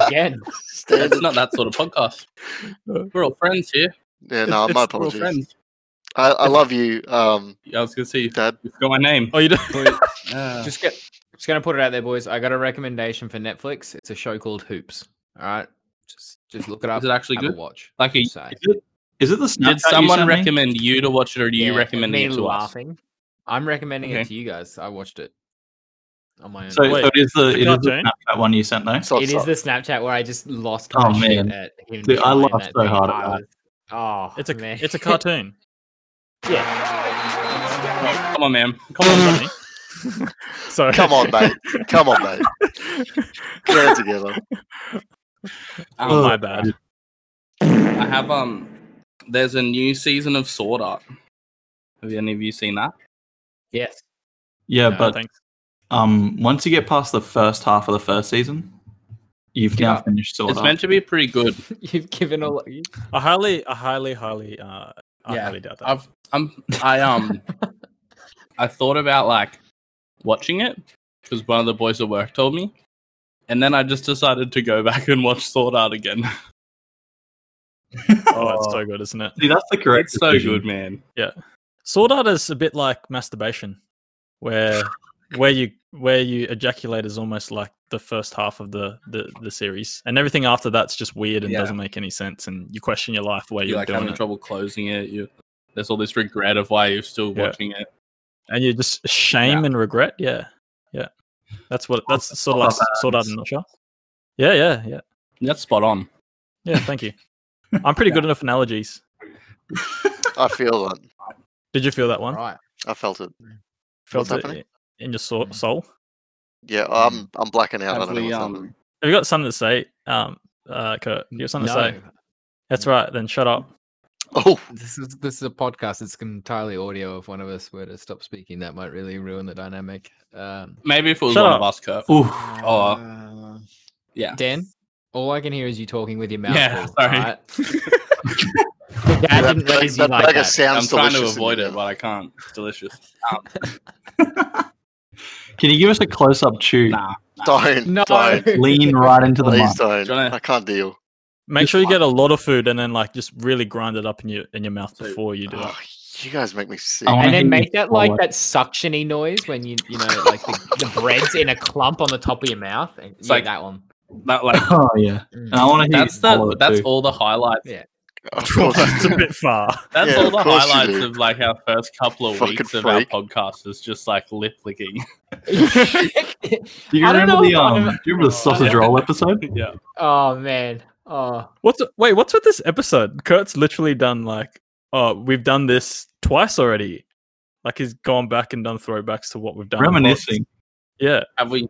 Speaker 4: Again.
Speaker 5: It's
Speaker 1: standard.
Speaker 5: not that sort of podcast. We're all friends here.
Speaker 1: Yeah, no,
Speaker 2: it's-
Speaker 1: my
Speaker 2: it's
Speaker 5: We're all
Speaker 1: apologies.
Speaker 5: friends.
Speaker 1: I, I love you, um,
Speaker 5: Yeah, I was gonna say you
Speaker 1: Dad.
Speaker 5: got my name.
Speaker 2: Oh, you do
Speaker 5: Yeah.
Speaker 4: Just get just gonna put it out there, boys. I got a recommendation for Netflix. It's a show called Hoops. All right. Just just look it up.
Speaker 5: Is it actually
Speaker 4: have a
Speaker 5: good?
Speaker 4: watch.
Speaker 5: Like,
Speaker 4: Just
Speaker 5: a,
Speaker 4: saying.
Speaker 3: Is it the Snapchat
Speaker 5: did
Speaker 3: you
Speaker 5: someone
Speaker 3: sent me?
Speaker 5: recommend you to watch it, or do you
Speaker 4: Yeah,
Speaker 5: recommend
Speaker 4: me
Speaker 5: it to us?
Speaker 4: laughing. I'm recommending
Speaker 5: Okay.
Speaker 4: it to you guys. I watched it on my own.
Speaker 3: So,
Speaker 2: Wait,
Speaker 3: so it is the,
Speaker 2: the
Speaker 3: it is the
Speaker 2: cartoon?
Speaker 3: Snapchat one you sent though.
Speaker 1: So,
Speaker 4: it
Speaker 1: so-
Speaker 4: is the Snapchat where I just lost
Speaker 3: Oh,
Speaker 4: my shit
Speaker 3: man.
Speaker 4: at him.
Speaker 3: Dude, I
Speaker 4: trying
Speaker 3: laughed
Speaker 4: that
Speaker 3: so
Speaker 4: thing.
Speaker 3: hard at
Speaker 4: I
Speaker 3: that.
Speaker 4: was- oh,
Speaker 2: It's a
Speaker 4: man.
Speaker 2: it's
Speaker 4: (laughs)
Speaker 2: a cartoon.
Speaker 5: Oh, come on, man.
Speaker 2: Come on, Johnny. Sorry.
Speaker 1: come on,
Speaker 2: (laughs)
Speaker 1: (laughs) mate. Come on, mate. Get it together.
Speaker 2: Oh, my bad.
Speaker 5: Um, I have um. There's a new season of Sword Art. Have any of you seen that?
Speaker 4: yes. (laughs)
Speaker 3: Yeah,
Speaker 2: No,
Speaker 3: but
Speaker 2: Oh, thanks.
Speaker 3: um, once you get past the first half of the first season, you've
Speaker 4: Yeah.
Speaker 3: now finished Sword
Speaker 5: It's
Speaker 3: Art.
Speaker 5: meant to be pretty good.
Speaker 4: You've given all. You,
Speaker 2: I highly, I highly, highly, uh, I
Speaker 5: Yeah,
Speaker 2: highly doubt that.
Speaker 5: I've I'm I um I thought about like watching it because one of the boys at work told me, and then I just decided to go back and watch Sword Art again.
Speaker 2: oh, it's so good, isn't it?
Speaker 3: See, that's the correct.
Speaker 5: it's so
Speaker 3: decision.
Speaker 5: good, man.
Speaker 2: Sword art is a bit like masturbation, (laughs) where where you where you ejaculate is almost like the first half of the the, the series, and everything after that's just weird and
Speaker 5: Yeah.
Speaker 2: doesn't make any sense, and you question your life where
Speaker 5: You're
Speaker 2: you're
Speaker 5: like
Speaker 2: doing
Speaker 5: having
Speaker 2: it,
Speaker 5: trouble closing it. You there's all this regret of why you're still
Speaker 2: Yeah.
Speaker 5: watching it.
Speaker 2: and you just shame and regret. Yeah, yeah, that's what that's sort of like
Speaker 3: Sword Art
Speaker 2: sword art
Speaker 3: Adams.
Speaker 2: in a nutshell. Yeah, yeah, yeah,
Speaker 5: That's spot on.
Speaker 2: yeah. Thank (laughs) you. I'm pretty good enough analogies.
Speaker 1: I feel that.
Speaker 2: Did you feel that one?
Speaker 4: right.
Speaker 1: I felt it.
Speaker 2: Felt
Speaker 1: What's
Speaker 2: it
Speaker 1: happening?
Speaker 2: in your soul, soul?
Speaker 1: Yeah, I'm I'm blacking out. I
Speaker 5: Have
Speaker 1: don't know
Speaker 5: we,
Speaker 1: what's
Speaker 5: um,
Speaker 1: happening.
Speaker 2: Have you got something to say, um, uh, Kurt? You got something to say?
Speaker 4: No,
Speaker 2: That's right. Then shut up.
Speaker 1: Oh,
Speaker 4: this is this is a podcast. It's entirely audio. If one of us were to stop speaking, that might really ruin the dynamic. Um,
Speaker 5: maybe if it was
Speaker 2: Shut
Speaker 5: one
Speaker 2: up.
Speaker 5: of us, Kurt.
Speaker 3: Oof. (laughs)
Speaker 2: Oh,
Speaker 4: uh,
Speaker 5: Yeah.
Speaker 4: Dan, all I can hear is you talking with your mouth.
Speaker 5: Yeah,
Speaker 4: full,
Speaker 5: sorry.
Speaker 4: alright? (laughs)
Speaker 3: (laughs)
Speaker 4: Dad
Speaker 1: that,
Speaker 4: didn't
Speaker 1: that,
Speaker 4: raise you
Speaker 1: that
Speaker 4: like
Speaker 1: burger
Speaker 4: that.
Speaker 5: I'm
Speaker 1: sounds
Speaker 5: trying to
Speaker 1: delicious in
Speaker 5: avoid
Speaker 1: your
Speaker 5: it,
Speaker 1: mouth.
Speaker 5: but I can't. It's delicious.
Speaker 3: Can you give us a close-up chew?
Speaker 5: Nah.
Speaker 1: Don't,
Speaker 4: No.
Speaker 1: don't.
Speaker 4: (laughs)
Speaker 3: Lean right into the
Speaker 1: Please
Speaker 3: mic.
Speaker 1: don't.
Speaker 5: Johnny.
Speaker 1: I can't deal.
Speaker 2: Make sure you get a lot of food and then like just really grind it up in your in your mouth
Speaker 5: So-
Speaker 2: before you do it.
Speaker 4: "Ah,
Speaker 1: Oh, you guys make me sick.
Speaker 3: I wanna
Speaker 4: and
Speaker 3: hear
Speaker 4: then
Speaker 3: you
Speaker 4: make that like
Speaker 3: swallow it.
Speaker 4: that suctiony noise when you you know like the, the bread's in a clump on the top of your mouth and
Speaker 5: It's
Speaker 4: yeah,
Speaker 5: like-
Speaker 4: that one
Speaker 3: (laughs)
Speaker 5: That like
Speaker 3: (laughs) Oh yeah,
Speaker 4: Mm.
Speaker 3: and I want to hear
Speaker 5: that's
Speaker 3: you swallow
Speaker 5: the
Speaker 3: it
Speaker 5: that's
Speaker 3: too.
Speaker 5: all the highlights.
Speaker 1: Of
Speaker 2: (laughs)
Speaker 1: course.
Speaker 2: That's a bit far.
Speaker 4: (laughs)
Speaker 5: That's
Speaker 1: Yeah,
Speaker 5: all
Speaker 1: of
Speaker 5: the
Speaker 1: course you
Speaker 5: highlights
Speaker 1: do.
Speaker 5: of like our first couple of
Speaker 1: Fucking
Speaker 5: weeks of
Speaker 1: freak.
Speaker 5: our podcast is just like lip licking.
Speaker 3: Do you
Speaker 4: I don't
Speaker 3: remember
Speaker 4: know
Speaker 3: the
Speaker 4: if one
Speaker 3: um?
Speaker 4: of-
Speaker 3: Do you remember the sausage roll episode?
Speaker 5: yeah.
Speaker 4: oh man oh
Speaker 2: What's wait? What's with this episode? Kurt's literally done like oh we've done this twice already. Like he's gone back and done throwbacks to what we've done. in the past.
Speaker 3: Reminiscing.
Speaker 2: Yeah.
Speaker 5: Have we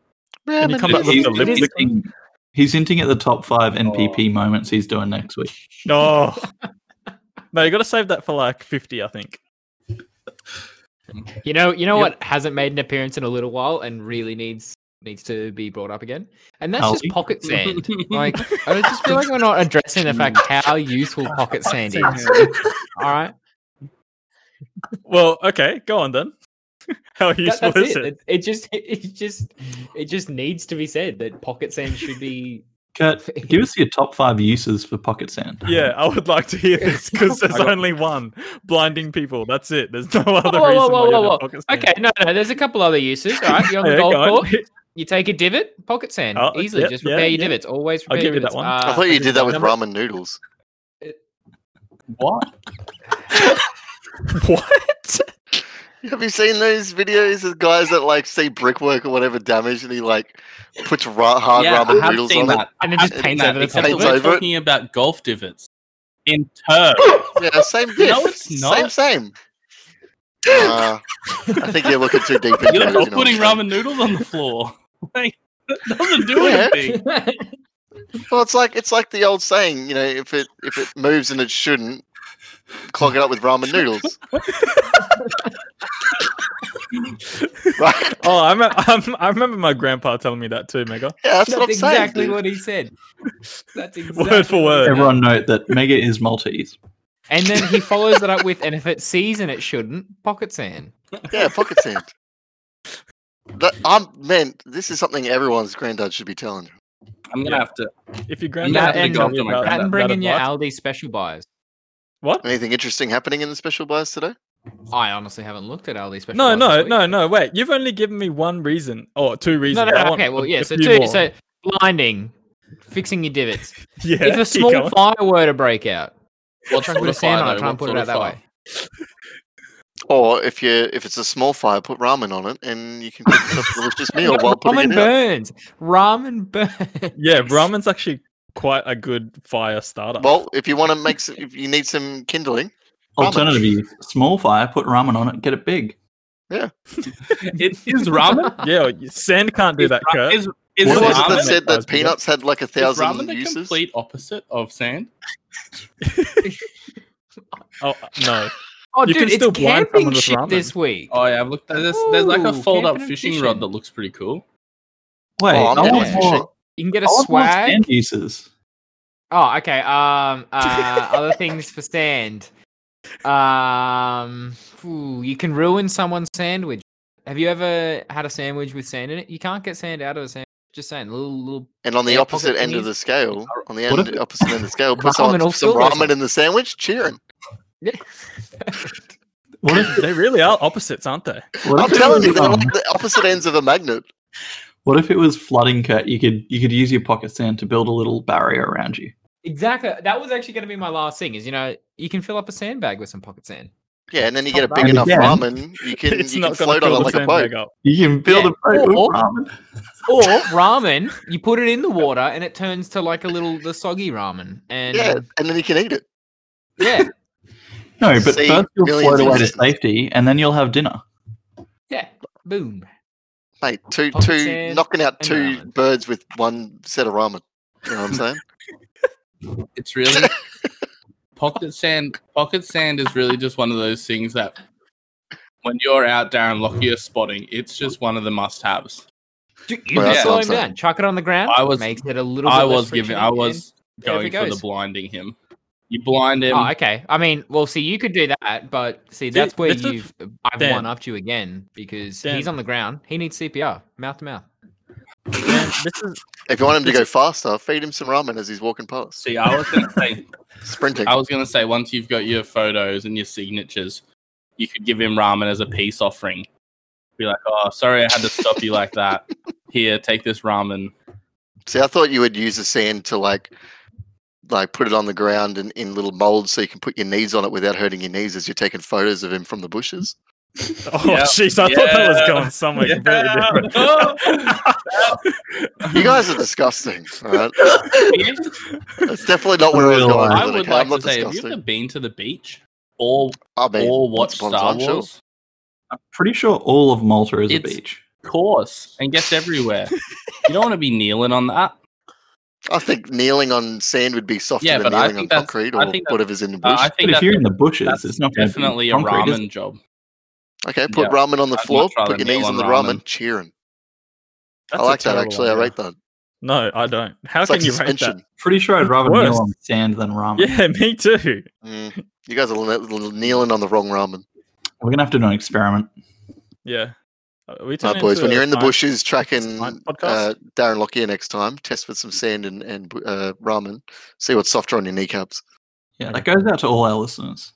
Speaker 2: Can you come back with
Speaker 5: He's-
Speaker 2: the lip
Speaker 5: he's-
Speaker 2: lick?
Speaker 3: hinting, he's hinting at the top five NPP moments he's doing next week.
Speaker 2: No. Oh.
Speaker 4: (laughs)
Speaker 2: No, you got to save that for like fifty, I think.
Speaker 4: you know you know
Speaker 5: Yep.
Speaker 4: what hasn't made an appearance in a little while and really needs needs to be brought up again and that's
Speaker 3: Alfie?
Speaker 4: just pocket sand (laughs) like i just feel like we're not addressing the fact how useful pocket sand
Speaker 2: (laughs)
Speaker 4: is all right
Speaker 2: Well, okay, go on then. (laughs) How
Speaker 4: That-
Speaker 2: (laughs) useful
Speaker 4: that's
Speaker 2: is
Speaker 4: it.
Speaker 2: it?
Speaker 4: It, it just it just it just needs to be said that pocket sand should be
Speaker 3: Kurt, give us your top five uses for pocket sand.
Speaker 2: Yeah, I would like to
Speaker 4: (laughs)
Speaker 2: hear this because there's
Speaker 5: I got-
Speaker 2: only one blinding people. That's it. There's no other
Speaker 4: whoa, whoa,
Speaker 2: reason
Speaker 4: whoa,
Speaker 2: why you're
Speaker 4: whoa,
Speaker 2: doing
Speaker 4: whoa.
Speaker 2: pocket sand.
Speaker 4: Okay, no, no. There's a couple other uses. All right, you're on the
Speaker 2: (laughs) Yeah,
Speaker 4: golf
Speaker 2: go on.
Speaker 4: course. You take a divot, pocket sand,
Speaker 2: Oh,
Speaker 4: easily.
Speaker 2: yeah,
Speaker 4: just
Speaker 2: yeah,
Speaker 4: repair your
Speaker 2: yeah.
Speaker 4: divots. Always
Speaker 2: I'll
Speaker 4: repair your
Speaker 2: give you that
Speaker 4: divots.
Speaker 2: one.
Speaker 1: I thought you did that with
Speaker 4: number-
Speaker 1: ramen noodles.
Speaker 5: what?
Speaker 2: What?
Speaker 1: Have you seen those videos of guys that like see brickwork or whatever damage and he like puts ra- hard
Speaker 5: yeah,
Speaker 1: ramen
Speaker 5: I have
Speaker 1: noodles
Speaker 5: seen
Speaker 1: on
Speaker 5: that.
Speaker 4: Ah, And it
Speaker 5: I
Speaker 4: just
Speaker 5: have
Speaker 4: paints
Speaker 5: seen
Speaker 4: over
Speaker 5: that,
Speaker 4: the top
Speaker 5: except
Speaker 1: paints
Speaker 4: (laughs)
Speaker 5: that we're
Speaker 1: over it.
Speaker 5: talking about golf divots in turn.
Speaker 1: it. Yeah, same diff.
Speaker 5: No, it's
Speaker 1: Same,
Speaker 5: not.
Speaker 1: same. Uh, I think you're looking too deep into
Speaker 5: (laughs) You're
Speaker 1: it. you know what
Speaker 5: putting
Speaker 1: I'm saying?
Speaker 5: ramen noodles on the floor. (laughs) doesn't do
Speaker 1: Yeah.
Speaker 5: anything.
Speaker 1: Well, it's like it's like the old saying, you know, if it if it moves and it shouldn't, clog it up with ramen
Speaker 5: (laughs)
Speaker 1: noodles. right?
Speaker 2: Oh, I, rem- I'm- I remember my grandpa telling me that too, Mega.
Speaker 1: Yeah, that's,
Speaker 4: That's
Speaker 1: what I'm saying.
Speaker 4: exactly
Speaker 1: dude.
Speaker 4: what he
Speaker 2: (laughs)
Speaker 4: said. That's exactly
Speaker 2: Word
Speaker 4: what
Speaker 2: for
Speaker 4: he
Speaker 2: word.
Speaker 4: said.
Speaker 3: Everyone note that Mega is Maltese.
Speaker 4: And then he follows it up with, and if it sees and it shouldn't, pocket sand.
Speaker 1: Yeah, pocket sand. That, I'm man. This is something everyone's granddad should be telling. them.
Speaker 5: I'm gonna have to.
Speaker 2: If your
Speaker 5: I'm gonna
Speaker 2: granddad
Speaker 5: have to
Speaker 4: and-
Speaker 5: go up to my
Speaker 2: about (laughs) that-
Speaker 5: granddad.
Speaker 4: And bringing your
Speaker 2: advice-
Speaker 4: Aldi special buys.
Speaker 2: What?
Speaker 1: Anything interesting happening in the special buys today?
Speaker 4: I honestly haven't looked at Aldi special
Speaker 2: No,
Speaker 4: buys. this
Speaker 2: no,
Speaker 4: week.
Speaker 2: no, no. Wait, you've only given me one reason or two
Speaker 4: No,
Speaker 2: reasons.
Speaker 4: no,
Speaker 2: I
Speaker 4: no.
Speaker 2: want
Speaker 4: Okay, well,
Speaker 2: a-
Speaker 4: yeah.
Speaker 2: a
Speaker 4: So,
Speaker 2: few
Speaker 4: two,
Speaker 2: more.
Speaker 4: so blinding, fixing your divots.
Speaker 2: (laughs) (laughs) yeah,
Speaker 4: if a
Speaker 2: keep
Speaker 4: small
Speaker 2: going.
Speaker 4: fire were to break out,
Speaker 5: What
Speaker 4: try and
Speaker 5: sort
Speaker 4: put a
Speaker 5: of
Speaker 4: sand on it,
Speaker 5: fire? though?
Speaker 4: try and
Speaker 5: What
Speaker 4: put
Speaker 5: sort
Speaker 4: it out
Speaker 5: of
Speaker 4: that
Speaker 5: fire?
Speaker 4: way.
Speaker 1: Or if you if it's a small fire, put ramen on it, and you can cook up a delicious meal while putting
Speaker 4: Ramen
Speaker 1: it out.
Speaker 4: burns. Ramen burns.
Speaker 2: Yeah, ramen's actually quite a good fire starter.
Speaker 1: Well, if you want to make, some, if you need some kindling, Ramen.
Speaker 3: Alternatively, small fire, put ramen on it, get it big.
Speaker 5: It is ramen.
Speaker 2: (laughs)
Speaker 4: (laughs)
Speaker 2: yeah, sand can't do that, Kurt.
Speaker 5: Is, is
Speaker 1: Who
Speaker 2: What
Speaker 1: was it
Speaker 5: ramen?
Speaker 1: that
Speaker 2: ramen?
Speaker 1: said that
Speaker 2: Ramen.
Speaker 1: peanuts had like a
Speaker 5: Is
Speaker 1: thousand
Speaker 5: ramen the
Speaker 1: uses?
Speaker 5: complete opposite of sand?
Speaker 2: Oh
Speaker 1: (laughs)
Speaker 2: no.
Speaker 4: Oh,
Speaker 2: You
Speaker 4: dude,
Speaker 2: can
Speaker 4: it's
Speaker 2: still blind
Speaker 4: camping
Speaker 2: someone with
Speaker 4: shit
Speaker 2: ramen.
Speaker 4: this week.
Speaker 5: Oh yeah, I've looked. There's, there's like a
Speaker 4: Ooh,
Speaker 5: fold-up
Speaker 4: camping and
Speaker 5: fishing
Speaker 4: fishing.
Speaker 5: rod that looks pretty cool.
Speaker 3: Wait,
Speaker 1: Oh, I'm
Speaker 3: I
Speaker 1: down
Speaker 3: want
Speaker 4: with
Speaker 1: fishing.
Speaker 3: more,
Speaker 4: You can get
Speaker 3: I
Speaker 4: a
Speaker 3: want more
Speaker 4: swag.
Speaker 3: sand uses.
Speaker 4: Oh, okay. Um, (laughs) uh, other things for sand. Um, ooh, you can ruin someone's sandwich. Have you ever had a sandwich with sand in it? You can't get sand out of a sandwich. Just saying, little little.
Speaker 1: And on the
Speaker 4: Yeah, pocket
Speaker 1: opposite end of
Speaker 4: thingies.
Speaker 1: the scale, on the
Speaker 3: What
Speaker 1: end,
Speaker 3: if-
Speaker 1: opposite end of the scale,
Speaker 4: Ramen
Speaker 1: put someone,
Speaker 4: will
Speaker 1: some
Speaker 4: fill those
Speaker 1: ramen in the sandwich, cheering.
Speaker 3: What if,
Speaker 2: They really are opposites, aren't they?
Speaker 3: what
Speaker 1: I'm
Speaker 3: if it
Speaker 1: telling
Speaker 3: was,
Speaker 1: you, they're
Speaker 3: um,
Speaker 1: like the opposite ends of a magnet.
Speaker 3: what if it was flooding, Kurt? You could you could use your pocket sand to build a little barrier around you.
Speaker 4: (laughs) Exactly. That was actually going to be my last thing. Is you know you can fill up a sandbag with some pocket sand.
Speaker 1: Yeah, and then you get a
Speaker 4: Top
Speaker 1: big
Speaker 3: ramen.
Speaker 1: enough
Speaker 3: Again,
Speaker 1: ramen, you
Speaker 5: (laughs)
Speaker 1: can
Speaker 2: (laughs) it's
Speaker 1: you can
Speaker 2: not going
Speaker 1: float
Speaker 2: to
Speaker 1: on
Speaker 2: fill
Speaker 1: it
Speaker 2: the
Speaker 1: like a boat. (laughs)
Speaker 2: sandbag up.
Speaker 3: You can build
Speaker 4: Yeah,
Speaker 3: a boat with
Speaker 4: or-
Speaker 3: ramen.
Speaker 4: Or ramen, you put it in the water and it turns to like a little the soggy ramen. And
Speaker 1: Yeah, and then you can eat it.
Speaker 4: yeah,
Speaker 3: No, but
Speaker 1: See,
Speaker 3: first you'll
Speaker 1: millions
Speaker 3: float
Speaker 1: of
Speaker 3: away to
Speaker 1: instances.
Speaker 3: safety, and then you'll have dinner.
Speaker 4: yeah, boom.
Speaker 1: Mate, two
Speaker 4: Pocket
Speaker 1: two
Speaker 4: sand
Speaker 1: knocking out
Speaker 4: and
Speaker 1: two
Speaker 4: ramen.
Speaker 1: birds with one set of ramen. You know what I'm saying?
Speaker 5: It's
Speaker 1: (laughs)
Speaker 5: really pocket sand. Pocket sand is really just one of those things that when you're out Darren Lockyer spotting, it's just one of the must-haves.
Speaker 4: Do- You
Speaker 1: Well,
Speaker 4: just
Speaker 5: that's
Speaker 4: slow
Speaker 1: what I'm
Speaker 4: him down. Chuck it on the ground.
Speaker 5: I was-
Speaker 4: makes it a little. Bit
Speaker 5: I
Speaker 4: less
Speaker 5: was giving.
Speaker 4: friction
Speaker 5: I
Speaker 4: and-
Speaker 5: was
Speaker 4: there
Speaker 5: going
Speaker 4: it
Speaker 5: for the
Speaker 4: goes.
Speaker 5: blinding him. You blind him.
Speaker 4: Oh, okay. I mean, well, see, you could do that, but see, that's where
Speaker 2: this is-
Speaker 4: you've I've
Speaker 2: Dan.
Speaker 4: one upped you again because he's
Speaker 2: Dan.
Speaker 4: on the ground. He needs CPR, mouth to mouth.
Speaker 2: Man, this is
Speaker 1: If you want him to
Speaker 5: (laughs)
Speaker 1: go faster, feed him some ramen as he's walking past,
Speaker 5: See, I was
Speaker 4: (laughs)
Speaker 5: gonna say.
Speaker 1: sprinting.
Speaker 5: I was gonna say once you've got your photos and your signatures, you could give him ramen as a peace offering. Be like, oh, sorry, I had to stop you like that. Here, take this
Speaker 3: (laughs)
Speaker 5: ramen.
Speaker 1: See, I thought you would use the sand to like, like put it on the ground in, in little molds so you can put your knees on it without hurting your knees as you're taking photos of him from the bushes.
Speaker 2: Oh
Speaker 5: Yeah.
Speaker 2: jeez, I thought that was
Speaker 5: Yeah.
Speaker 2: going somewhere completely
Speaker 5: Yeah.
Speaker 2: different.
Speaker 1: You guys are disgusting. All right, that's definitely not where I was
Speaker 3: Real
Speaker 1: going.
Speaker 3: life.
Speaker 5: I
Speaker 1: with it,
Speaker 5: would
Speaker 1: okay?
Speaker 5: like
Speaker 1: I'm
Speaker 5: to
Speaker 1: not
Speaker 5: say, have you
Speaker 1: disgusting.
Speaker 5: ever been to the beach or
Speaker 1: I mean,
Speaker 5: or
Speaker 1: once upon
Speaker 5: watched
Speaker 1: a
Speaker 5: Star
Speaker 1: time, sure.
Speaker 5: Wars?
Speaker 3: I'm pretty sure all of Malta is
Speaker 5: It's-
Speaker 3: a beach.
Speaker 5: Of course, and gets everywhere. you don't want to be kneeling on that.
Speaker 1: I think kneeling on sand would be softer
Speaker 5: Yeah,
Speaker 1: than
Speaker 5: but I
Speaker 1: kneeling
Speaker 5: think
Speaker 1: on
Speaker 5: that's-
Speaker 1: concrete
Speaker 5: I
Speaker 1: or
Speaker 5: think that-
Speaker 1: whatever's in the
Speaker 5: Uh,
Speaker 1: bush.
Speaker 5: I
Speaker 3: But
Speaker 5: think
Speaker 3: if
Speaker 5: that's,
Speaker 3: you're in the bushes,
Speaker 5: that's
Speaker 3: it's not gonna be
Speaker 5: definitely a
Speaker 3: concrete, is
Speaker 5: ramen
Speaker 3: it?
Speaker 5: job.
Speaker 1: okay, put
Speaker 5: yeah,
Speaker 1: ramen on the
Speaker 5: I'd much
Speaker 1: floor,
Speaker 5: rather
Speaker 1: put your knees
Speaker 5: kneel
Speaker 1: on
Speaker 5: on
Speaker 1: the
Speaker 5: ramen.
Speaker 1: ramen, cheering.
Speaker 2: That's a
Speaker 1: I like that
Speaker 2: terrible
Speaker 1: actually. I
Speaker 2: idea.
Speaker 1: rate that.
Speaker 2: No, I don't. How
Speaker 1: It's
Speaker 2: can
Speaker 1: like
Speaker 2: you rate that?
Speaker 1: suspension.
Speaker 3: Pretty sure I'd rather
Speaker 2: Worse.
Speaker 3: kneel on sand than ramen.
Speaker 2: Yeah, me too.
Speaker 1: Mm, you guys are kne- kne- kneeling on the wrong ramen.
Speaker 3: We're gonna have to do an experiment.
Speaker 2: Yeah. Are we
Speaker 1: Uh,
Speaker 2: turning
Speaker 1: boys,
Speaker 2: into
Speaker 1: when
Speaker 2: a
Speaker 1: you're in the
Speaker 2: science-
Speaker 1: bushes tracking
Speaker 2: Fine podcast.
Speaker 1: uh, Darren Lockyer next time, test with some sand and, and bu- uh, ramen. See what's softer on your kneecaps.
Speaker 3: Yeah, that goes out to all our
Speaker 5: (laughs)
Speaker 3: listeners.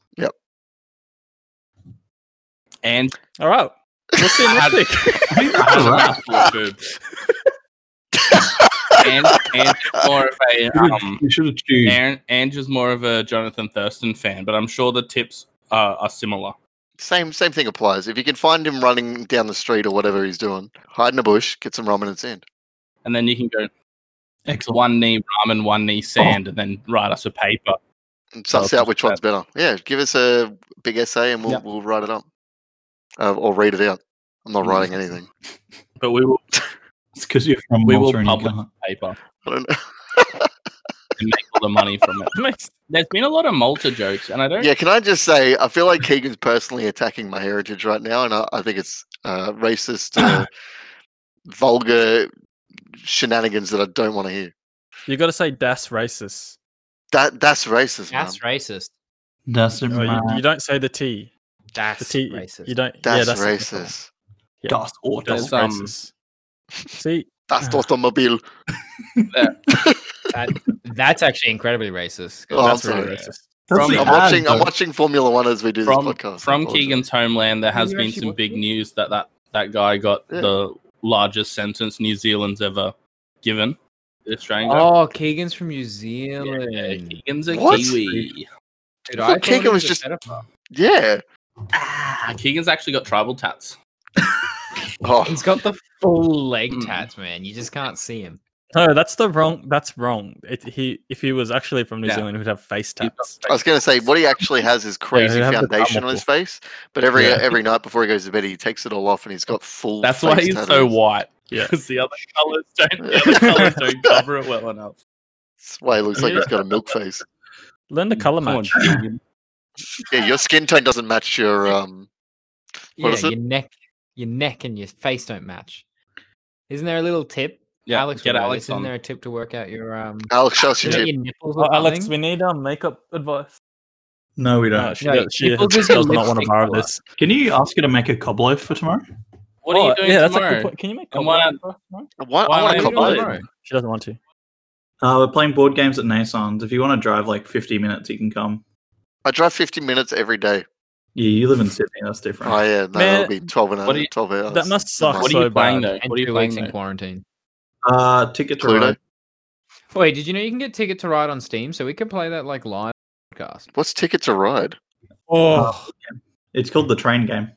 Speaker 5: And
Speaker 2: All right. We'll see you next week.
Speaker 5: I had a
Speaker 3: Alright.
Speaker 5: mouthful of food. and and more of a um,
Speaker 3: you should have choose.
Speaker 5: Aaron, Andrew's more of a Jonathan Thurston fan, but I'm sure the tips uh, are similar.
Speaker 1: Same same thing applies. If you can find him running down the street or whatever he's doing, hide in a bush, get some ramen and sand.
Speaker 5: And then you can go
Speaker 3: Excellent.
Speaker 5: one knee ramen, one knee sand, and then write us a paper.
Speaker 1: And suss
Speaker 5: that's
Speaker 1: out which one's better. Yeah, give us a big essay and we'll,
Speaker 3: Yep.
Speaker 1: we'll write it up. Uh, or read it out. I'm not
Speaker 5: Mm.
Speaker 1: writing anything.
Speaker 5: But we will
Speaker 3: It's because you're from
Speaker 5: We will
Speaker 3: Malta and you
Speaker 5: publish-
Speaker 3: can't.
Speaker 5: paper
Speaker 1: (laughs) I don't know.
Speaker 5: and make all the money from it.
Speaker 2: Makes-
Speaker 5: There's been a lot of Malta jokes, and I don't.
Speaker 1: Yeah, can I just say I feel like Keegan's personally attacking my heritage right now, and I, I think it's uh, racist, uh, vulgar shenanigans that I don't want to hear.
Speaker 2: (laughs) you got to say das racist.
Speaker 1: That that's racist, man.
Speaker 4: That's racist.
Speaker 3: Das
Speaker 2: No,
Speaker 3: Mal-
Speaker 2: you, you don't say the T.
Speaker 4: That's
Speaker 2: The T.
Speaker 4: racist.
Speaker 2: You don't. yeah,
Speaker 1: That's,
Speaker 2: that's
Speaker 1: racist.
Speaker 2: yeah.
Speaker 3: Das Auto.
Speaker 2: That's
Speaker 5: That's, um,
Speaker 2: racist.
Speaker 1: (laughs)
Speaker 2: See,
Speaker 1: That's
Speaker 2: Ah.
Speaker 1: automobile.
Speaker 4: That, that's actually incredibly racist. 'cause
Speaker 1: Oh, I'm
Speaker 4: that's
Speaker 2: that's
Speaker 1: sorry.
Speaker 2: really racist.
Speaker 3: That's
Speaker 5: From-
Speaker 3: the
Speaker 1: I'm
Speaker 3: ad,
Speaker 1: watching. I'm
Speaker 3: though.
Speaker 1: watching Formula One as we do
Speaker 5: from
Speaker 1: this podcast. I
Speaker 5: from
Speaker 1: apologize.
Speaker 5: Keegan's homeland, there
Speaker 4: Have
Speaker 5: has
Speaker 4: you
Speaker 5: been
Speaker 4: actually
Speaker 5: some
Speaker 4: watched
Speaker 5: big
Speaker 4: it?
Speaker 5: news that that that guy got
Speaker 1: Yeah.
Speaker 5: the largest sentence New Zealand's ever given. The Australian guy.
Speaker 4: Oh, Keegan's from New
Speaker 5: Yeah,
Speaker 4: Zealand.
Speaker 5: yeah, Keegan's a
Speaker 1: What?
Speaker 5: Kiwi.
Speaker 4: Dude,
Speaker 1: I
Speaker 4: I
Speaker 1: thought Keegan was just- Yeah.
Speaker 5: Ah, Keegan's actually got tribal tats.
Speaker 1: Oh,
Speaker 4: He's got the full leg
Speaker 5: Mm.
Speaker 4: tats, man. You just can't see him.
Speaker 2: No, that's the wrong. That's wrong. It, he, if he was actually from New
Speaker 5: Yeah.
Speaker 2: Zealand, he would have face
Speaker 5: He's got
Speaker 2: tats.
Speaker 1: I was going to say what he actually has is crazy
Speaker 2: have the
Speaker 1: foundation on his face, but every
Speaker 2: Yeah.
Speaker 1: every night before he goes to bed, he takes it all off and he's got full.
Speaker 5: That's why
Speaker 1: face
Speaker 5: he's so
Speaker 1: tattoos.
Speaker 5: white.
Speaker 2: Yeah.
Speaker 5: because the other colors don't. The other colors don't cover it well enough.
Speaker 1: That's why he looks like he's got a milk face.
Speaker 2: Learn the color
Speaker 5: Mm, Come on,
Speaker 2: (laughs) match.
Speaker 5: Keegan.
Speaker 1: Yeah, your skin tone doesn't match your um. What
Speaker 4: yeah,
Speaker 1: is it?
Speaker 4: your neck, your neck, and your face don't match. Isn't there a little tip?
Speaker 5: Yeah,
Speaker 4: Alex,
Speaker 5: get
Speaker 4: would know
Speaker 5: Alex
Speaker 4: this. Isn't
Speaker 5: on.
Speaker 4: there a tip to work out your um?
Speaker 1: Alex Chelsea
Speaker 4: isn't it
Speaker 1: tip.
Speaker 4: your nipples or
Speaker 2: Oh, Alex,
Speaker 4: something?
Speaker 2: we need um makeup advice.
Speaker 3: No, we don't.
Speaker 2: No, she,
Speaker 4: No,
Speaker 2: does- she
Speaker 4: people
Speaker 2: does
Speaker 4: just get
Speaker 2: not want to
Speaker 4: lipstick
Speaker 2: borrow
Speaker 4: colour.
Speaker 2: this.
Speaker 3: Can you ask her to make a cob loaf for tomorrow?
Speaker 5: What are you
Speaker 2: Oh,
Speaker 5: doing
Speaker 2: yeah, That's a
Speaker 5: tomorrow?
Speaker 2: good point. Can you make
Speaker 5: And why
Speaker 2: colour
Speaker 5: not-
Speaker 2: for us tomorrow?
Speaker 1: What?
Speaker 5: Why
Speaker 1: I want
Speaker 5: don't
Speaker 1: to
Speaker 5: you
Speaker 1: cop
Speaker 5: do it
Speaker 1: on
Speaker 5: tomorrow?
Speaker 1: it.
Speaker 2: She doesn't want to.
Speaker 3: Uh, we're playing board games at Nassans. If you want to drive like 50 minutes, you can come.
Speaker 1: I drive 50 minutes every day.
Speaker 3: Yeah, you live in Sydney. That's different.
Speaker 1: Oh yeah, no,
Speaker 2: Man,
Speaker 1: it'll be 12 and
Speaker 5: what do
Speaker 1: a
Speaker 5: you-
Speaker 1: 12 hours.
Speaker 2: That must suck.
Speaker 1: Nice.
Speaker 5: What
Speaker 2: so
Speaker 5: are you playing
Speaker 2: bad.
Speaker 5: though?
Speaker 4: And
Speaker 5: What are
Speaker 4: two
Speaker 5: you
Speaker 4: weeks
Speaker 5: playing
Speaker 4: in
Speaker 5: though?
Speaker 4: quarantine.
Speaker 3: Uh, ticket to
Speaker 1: Pluto.
Speaker 3: ride.
Speaker 4: Wait, did you know you can get Ticket to Ride on Steam, so we can play that like live podcast.
Speaker 1: What's ticket to ride?
Speaker 2: Oh,
Speaker 3: Oh, yeah. It's called the train game,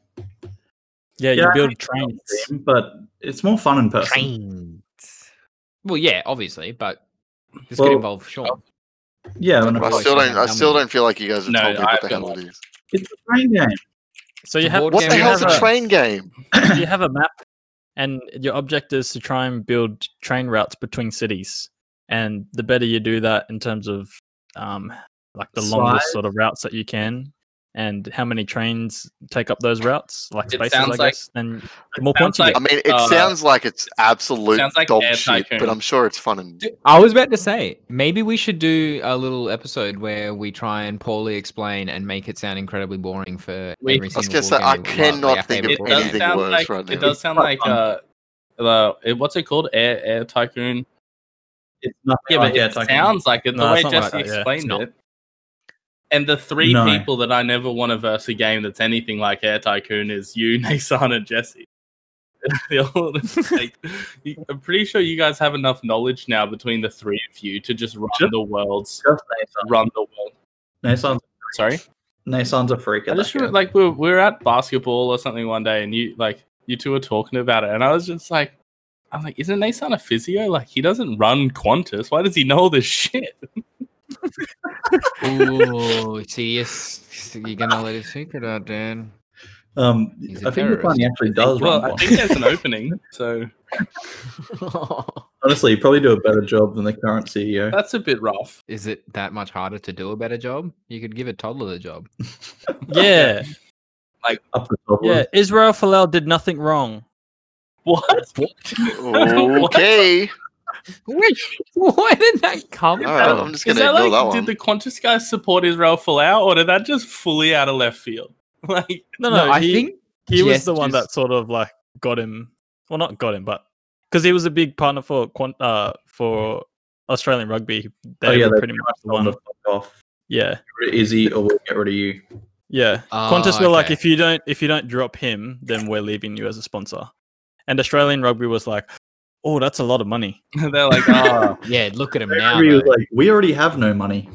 Speaker 2: yeah,
Speaker 3: Yeah,
Speaker 2: you
Speaker 3: I
Speaker 2: build trains.
Speaker 3: but it's more fun in person.
Speaker 4: Trains. Well, yeah, obviously, but this
Speaker 3: Well-
Speaker 4: could involve Sean.
Speaker 3: Yeah, and
Speaker 1: I
Speaker 4: Probably
Speaker 1: still
Speaker 4: someone
Speaker 1: don't. I
Speaker 4: dumb
Speaker 1: still
Speaker 4: one.
Speaker 1: don't feel like you guys have
Speaker 5: No,
Speaker 1: told me
Speaker 5: I've
Speaker 1: what the
Speaker 5: got
Speaker 1: hell
Speaker 5: one.
Speaker 1: it is.
Speaker 3: it's a train game.
Speaker 2: So you
Speaker 4: The
Speaker 2: have
Speaker 4: board
Speaker 1: What
Speaker 4: game
Speaker 1: the
Speaker 4: we
Speaker 1: hell's
Speaker 4: have
Speaker 1: a
Speaker 4: a-
Speaker 1: train game?
Speaker 2: you have a map, and your object is to try and build train routes between cities. And the better you do that in terms of um, like the longest sort of routes that you can, and how many trains take up those routes, like
Speaker 5: It
Speaker 2: spaces, I
Speaker 5: sounds like-
Speaker 2: guess, and the more points
Speaker 5: sounds
Speaker 2: you
Speaker 1: I
Speaker 2: get.
Speaker 1: mean, it
Speaker 5: Uh,
Speaker 1: sounds like it's absolute
Speaker 5: sounds like
Speaker 1: dog
Speaker 5: Air
Speaker 1: shit, but
Speaker 5: Tycoon.
Speaker 1: I'm sure it's fun
Speaker 5: (laughs)
Speaker 1: and
Speaker 4: I was about to say, maybe we should do a little episode where we try and poorly explain and make it sound incredibly boring for
Speaker 5: We-
Speaker 4: every
Speaker 1: I was
Speaker 4: single
Speaker 1: gonna say,
Speaker 4: board
Speaker 1: I
Speaker 4: game we love, like
Speaker 1: cannot
Speaker 4: our
Speaker 1: think
Speaker 4: favorite
Speaker 1: of
Speaker 5: It
Speaker 4: board game.
Speaker 5: does
Speaker 1: anything
Speaker 5: sound
Speaker 1: worse
Speaker 5: like
Speaker 1: right now.
Speaker 5: it does sound like uh, the it- what's it called? Air Air Tycoon.
Speaker 3: It's nothing
Speaker 5: Yeah,
Speaker 3: like
Speaker 5: but
Speaker 3: Air
Speaker 5: it
Speaker 3: Tycoon.
Speaker 5: sounds like it. The
Speaker 2: No,
Speaker 5: way
Speaker 2: it's not
Speaker 5: Jesse
Speaker 2: like that, yeah,
Speaker 5: explained
Speaker 2: it's not.
Speaker 5: it. And the three
Speaker 3: No.
Speaker 5: people that I never want to verse a game that's anything like Air Tycoon is you, (laughs) Nasan, and Jesse. (laughs) They all- it's like, you- I'm pretty sure you guys have enough knowledge now between the three of you to just run
Speaker 3: Just-
Speaker 5: the world's
Speaker 3: Just
Speaker 5: run the world.
Speaker 3: Nassans.
Speaker 5: Sorry.
Speaker 3: Nassans a freak.
Speaker 5: I
Speaker 3: at
Speaker 5: just
Speaker 3: that
Speaker 5: remember,
Speaker 3: game.
Speaker 5: like we were, we were at basketball or something one day, and you like you two were talking about it, and I was just like, I'm like, isn't Nason a physio? Like he doesn't run Qantas. Why does he know all this shit?
Speaker 4: Ooh, see, yes, you're gonna let his secret out, Dan.
Speaker 3: um,
Speaker 4: He's a
Speaker 3: I think the
Speaker 4: terrorist.
Speaker 3: he actually does
Speaker 5: Well,
Speaker 3: run
Speaker 5: I
Speaker 3: one.
Speaker 5: think
Speaker 4: (laughs)
Speaker 5: there's an opening, so
Speaker 3: Honestly, you probably do a better job than the current E CEO.
Speaker 5: that's a bit rough.
Speaker 4: (laughs) Is it that much harder to do a better job? You could give a toddler the job.
Speaker 2: Yeah,
Speaker 3: Up the top. Oh,
Speaker 2: yeah. Israel Folau did nothing wrong.
Speaker 5: What? What?
Speaker 1: okay.
Speaker 4: Wait, (laughs) where did that come
Speaker 1: All right, Oh, I'm just
Speaker 5: Is
Speaker 1: gonna
Speaker 5: that
Speaker 1: ignore
Speaker 5: like
Speaker 1: that one.
Speaker 5: did the Qantas guy support Israel Folau, or did that just fully out of left field? (laughs) Like
Speaker 2: No, no.
Speaker 4: No, I
Speaker 2: he-
Speaker 4: think
Speaker 2: he was
Speaker 4: Jess
Speaker 2: the one
Speaker 4: just-
Speaker 2: that sort of like got him well not got him but because he was a big partner for Quan- uh for australian rugby they
Speaker 3: Oh, yeah,
Speaker 2: were
Speaker 3: they
Speaker 2: pretty
Speaker 3: pretty
Speaker 2: much the
Speaker 3: Run the
Speaker 2: one
Speaker 3: fuck off.
Speaker 2: yeah
Speaker 3: Get rid of Izzy, or we'll get rid of you.
Speaker 2: yeah
Speaker 4: Oh,
Speaker 2: qantas were like
Speaker 4: okay.
Speaker 2: if you don't if you don't drop him then we're leaving you as a sponsor and australian rugby was like oh that's a lot of money
Speaker 5: they're
Speaker 3: (laughs)
Speaker 5: like, oh,
Speaker 4: Yeah, look at him ah, now.
Speaker 3: Everybody was
Speaker 4: though.
Speaker 3: like, we already have
Speaker 4: (laughs)
Speaker 3: no money.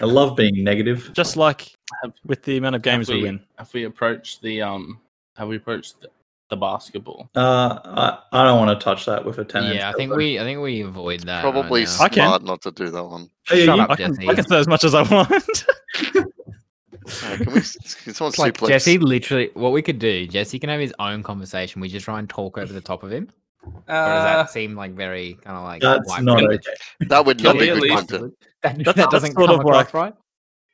Speaker 3: I love being negative.
Speaker 2: just like
Speaker 5: Have-
Speaker 2: with the amount of games we,
Speaker 5: we-
Speaker 2: win
Speaker 5: have we approached the um? Have we approached the, the basketball?
Speaker 3: Uh, I, I don't want to touch that with a ten. inch
Speaker 4: yeah, I think
Speaker 3: elbow.
Speaker 4: we, I think we avoid that. right
Speaker 1: Probably
Speaker 4: now.
Speaker 2: I can.
Speaker 1: smart not to do that one.
Speaker 3: Oh, yeah,
Speaker 4: Shut
Speaker 3: you-
Speaker 4: up,
Speaker 2: I can,
Speaker 4: Jesse.
Speaker 2: I can say as much as i (laughs) want
Speaker 1: Uh, can, we, s- can someone
Speaker 4: It's like
Speaker 1: suplex?
Speaker 4: Jesse literally what we could do, Jesse can have his own conversation. We just try and talk over the top of him. Or does
Speaker 5: Uh,
Speaker 4: that seem like very kind of like
Speaker 3: That's
Speaker 4: white
Speaker 3: not
Speaker 4: privilege?
Speaker 3: okay.
Speaker 1: That would not be
Speaker 5: Clearly.
Speaker 1: good
Speaker 4: (laughs)
Speaker 1: content.
Speaker 4: That,
Speaker 2: That's-
Speaker 4: that
Speaker 2: that's
Speaker 4: doesn't
Speaker 2: sort
Speaker 4: come
Speaker 2: of
Speaker 4: across
Speaker 2: like-
Speaker 4: right.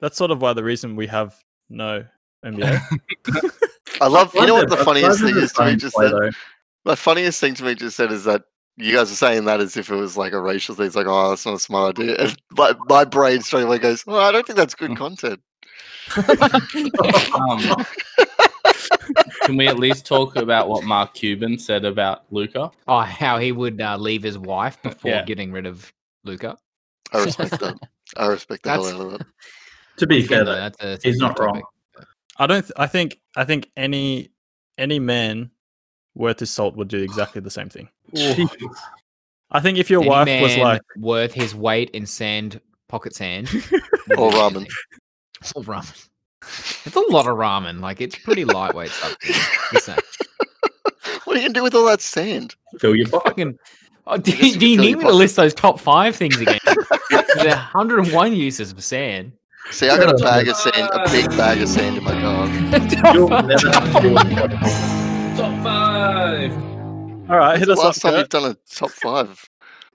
Speaker 2: That's sort of why the reason we have no NBA.
Speaker 1: I love. You know what the
Speaker 3: That's-
Speaker 1: funniest
Speaker 3: that's
Speaker 1: thing
Speaker 3: the
Speaker 1: is to me
Speaker 3: same
Speaker 1: just
Speaker 3: play,
Speaker 1: then?
Speaker 3: though.
Speaker 1: The funniest thing to me just said is that you guys are saying that as if it was like a racial thing. It's like, oh, that's not a smart idea. And my, my brain straight away goes, well, I don't think that's good content.
Speaker 4: Uh,
Speaker 5: um,
Speaker 4: (laughs)
Speaker 5: can we at least talk about what Mark Cuban said about Luca?
Speaker 4: Oh, how he would uh, leave his wife before
Speaker 5: Yeah.
Speaker 4: getting rid of Luca.
Speaker 1: I respect that. I respect the hell
Speaker 4: That's-
Speaker 1: out of that.
Speaker 3: To be fair,
Speaker 4: Even
Speaker 3: though,
Speaker 4: though
Speaker 3: (laughs)
Speaker 4: that's a
Speaker 3: he's not
Speaker 4: sensitive
Speaker 3: wrong.
Speaker 4: topic.
Speaker 2: I don't. Th- I think. I think any any man worth his salt would
Speaker 4: (sighs)
Speaker 2: do exactly the same thing. I think if your
Speaker 4: Any
Speaker 2: wife
Speaker 4: man
Speaker 2: was like,
Speaker 4: worth his weight in sand, pocket sand,
Speaker 1: (laughs)
Speaker 4: (laughs)
Speaker 1: Or ramen.
Speaker 4: All ramen. It's a lot of ramen. Like it's pretty lightweight stuff. Just
Speaker 1: (laughs)
Speaker 4: saying.
Speaker 1: what are you gonna do with all that sand?
Speaker 3: fill your pocket.
Speaker 4: Fucking. Oh, do,
Speaker 1: guess you
Speaker 4: do you
Speaker 1: could
Speaker 4: need
Speaker 1: tell
Speaker 4: me
Speaker 1: your
Speaker 4: to list those top five things
Speaker 1: (laughs)
Speaker 4: again? There's 101 uses of sand.
Speaker 1: See, I got a
Speaker 3: Yeah.
Speaker 1: bag of sand, a big bag of sand in my car.
Speaker 3: You'll never have to
Speaker 4: (laughs)
Speaker 3: fill your pocket.
Speaker 5: Top five.
Speaker 2: "All right,
Speaker 1: When's
Speaker 2: hit
Speaker 1: the
Speaker 2: us up."
Speaker 1: last time
Speaker 2: Kurt."
Speaker 1: you've done a top five.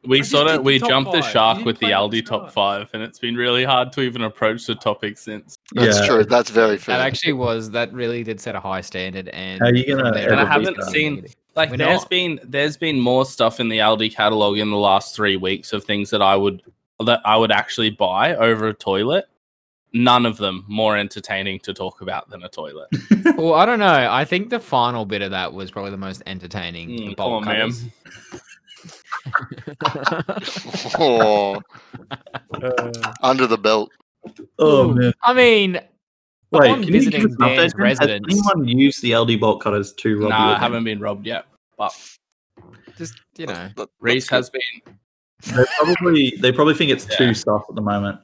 Speaker 5: We sort
Speaker 4: did
Speaker 5: of
Speaker 4: the
Speaker 5: we
Speaker 4: top
Speaker 5: jumped the
Speaker 4: five. You
Speaker 5: shark
Speaker 4: didn't
Speaker 5: with the
Speaker 4: play the
Speaker 5: Aldi top
Speaker 4: shark.
Speaker 5: five, and it's been really hard to even approach the topic since.
Speaker 1: That's
Speaker 3: Yeah.
Speaker 1: true. That's very fair.
Speaker 4: That actually was that really did set a high standard. And
Speaker 3: How are you gonna
Speaker 4: from there
Speaker 3: ever
Speaker 5: And I
Speaker 4: on,
Speaker 5: haven't
Speaker 4: it's
Speaker 5: seen-
Speaker 4: negative.
Speaker 5: Like
Speaker 4: We're
Speaker 5: there's
Speaker 4: not.
Speaker 5: been there's been more stuff in the Aldi catalog in the last three weeks of things that I would that I would actually buy over a toilet. None of them more entertaining to talk about than a toilet.
Speaker 4: Well, I don't know. I think the final bit of that was probably the most entertaining. the
Speaker 5: Mm, come
Speaker 4: bowl
Speaker 5: on, man.
Speaker 4: cutters. (laughs)
Speaker 5: (laughs)
Speaker 1: oh,
Speaker 2: Uh,
Speaker 1: under the belt.
Speaker 3: Oh man!
Speaker 4: I mean,
Speaker 3: Wait,
Speaker 4: Upon
Speaker 3: can you give
Speaker 4: visiting
Speaker 3: us an update?
Speaker 4: Dan's
Speaker 3: Has
Speaker 4: residence-
Speaker 3: anyone used the LD bolt cutters to rob you?
Speaker 5: Nah, I haven't been robbed yet. But
Speaker 4: just you know,
Speaker 1: That-
Speaker 5: Reese
Speaker 1: that's
Speaker 5: has been
Speaker 3: They probably they probably think it's
Speaker 5: Yeah.
Speaker 3: too soft at the moment.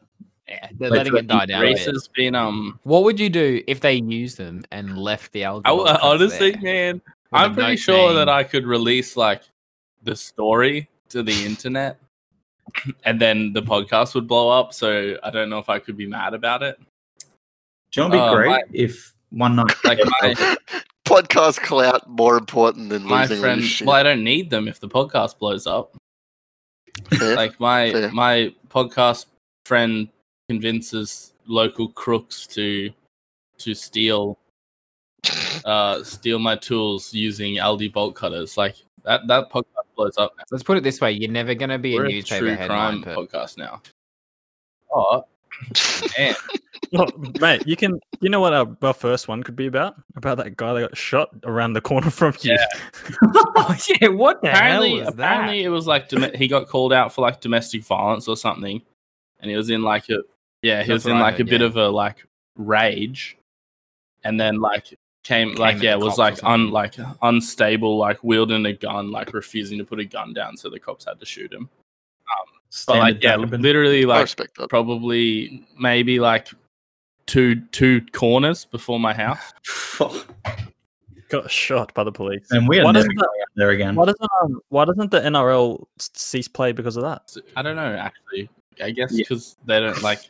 Speaker 4: yeah, they're
Speaker 3: Like,
Speaker 4: letting it die down. a
Speaker 5: Reese
Speaker 4: bit.
Speaker 5: has been um
Speaker 4: What would you do if they used them and left the algae?
Speaker 5: I, uh, honestly, man, I'm pretty sure that I could release like the story to the internet and then the podcast would blow up. So I don't know if I could be mad about it.
Speaker 3: Do you know what'd
Speaker 5: Oh,
Speaker 3: be great
Speaker 5: my-
Speaker 3: if one night
Speaker 5: (laughs) Like my,
Speaker 1: good. (laughs) Podcast clout more important than
Speaker 5: my
Speaker 1: losing all
Speaker 5: friend,
Speaker 1: your shit.
Speaker 5: well, I don't need them if the podcast blows up.
Speaker 1: Fair.
Speaker 5: Like my
Speaker 1: Fair.
Speaker 5: my podcast friend convinces local crooks to
Speaker 1: (laughs)
Speaker 5: to steal uh steal my tools using Aldi bolt cutters. Like that that podcast blows up. now.
Speaker 4: Let's put it this way: you're never going to be a
Speaker 5: We're a
Speaker 4: newspaper
Speaker 5: true
Speaker 4: headline.
Speaker 5: crime
Speaker 4: per-
Speaker 5: podcast now. Oh, man.
Speaker 2: look, mate, you can. You know what our, our first one could be about? About that guy that got shot around the corner (laughs) from you.
Speaker 4: (laughs) oh, yeah,
Speaker 5: (laughs)
Speaker 4: what the
Speaker 5: apparently,
Speaker 4: hell was
Speaker 5: apparently it was like dom- he got called out for like domestic violence or something, and he was in like a yeah he
Speaker 4: That's
Speaker 5: was in
Speaker 4: what I
Speaker 5: like a
Speaker 4: heard,
Speaker 5: bit
Speaker 4: yeah.
Speaker 5: of a like rage, and then like came,
Speaker 4: at
Speaker 5: like
Speaker 4: the
Speaker 5: yeah was
Speaker 4: cops or
Speaker 5: like un
Speaker 4: something.
Speaker 5: like unstable like wielding a gun like refusing to put a gun down so the cops had to shoot him. But
Speaker 3: standard
Speaker 5: like yeah,
Speaker 3: Taliban-
Speaker 5: literally
Speaker 1: I
Speaker 5: like
Speaker 1: respect that.
Speaker 5: probably maybe like two two corners before my house.
Speaker 3: Fuck.
Speaker 2: Got shot by the police.
Speaker 3: and we are
Speaker 2: Why
Speaker 3: never going
Speaker 2: doesn't, the,
Speaker 3: out there again.
Speaker 2: why doesn't um, why doesn't the NRL s- cease play because of that?
Speaker 5: I don't know actually. I guess
Speaker 3: Yeah.
Speaker 5: because they don't like.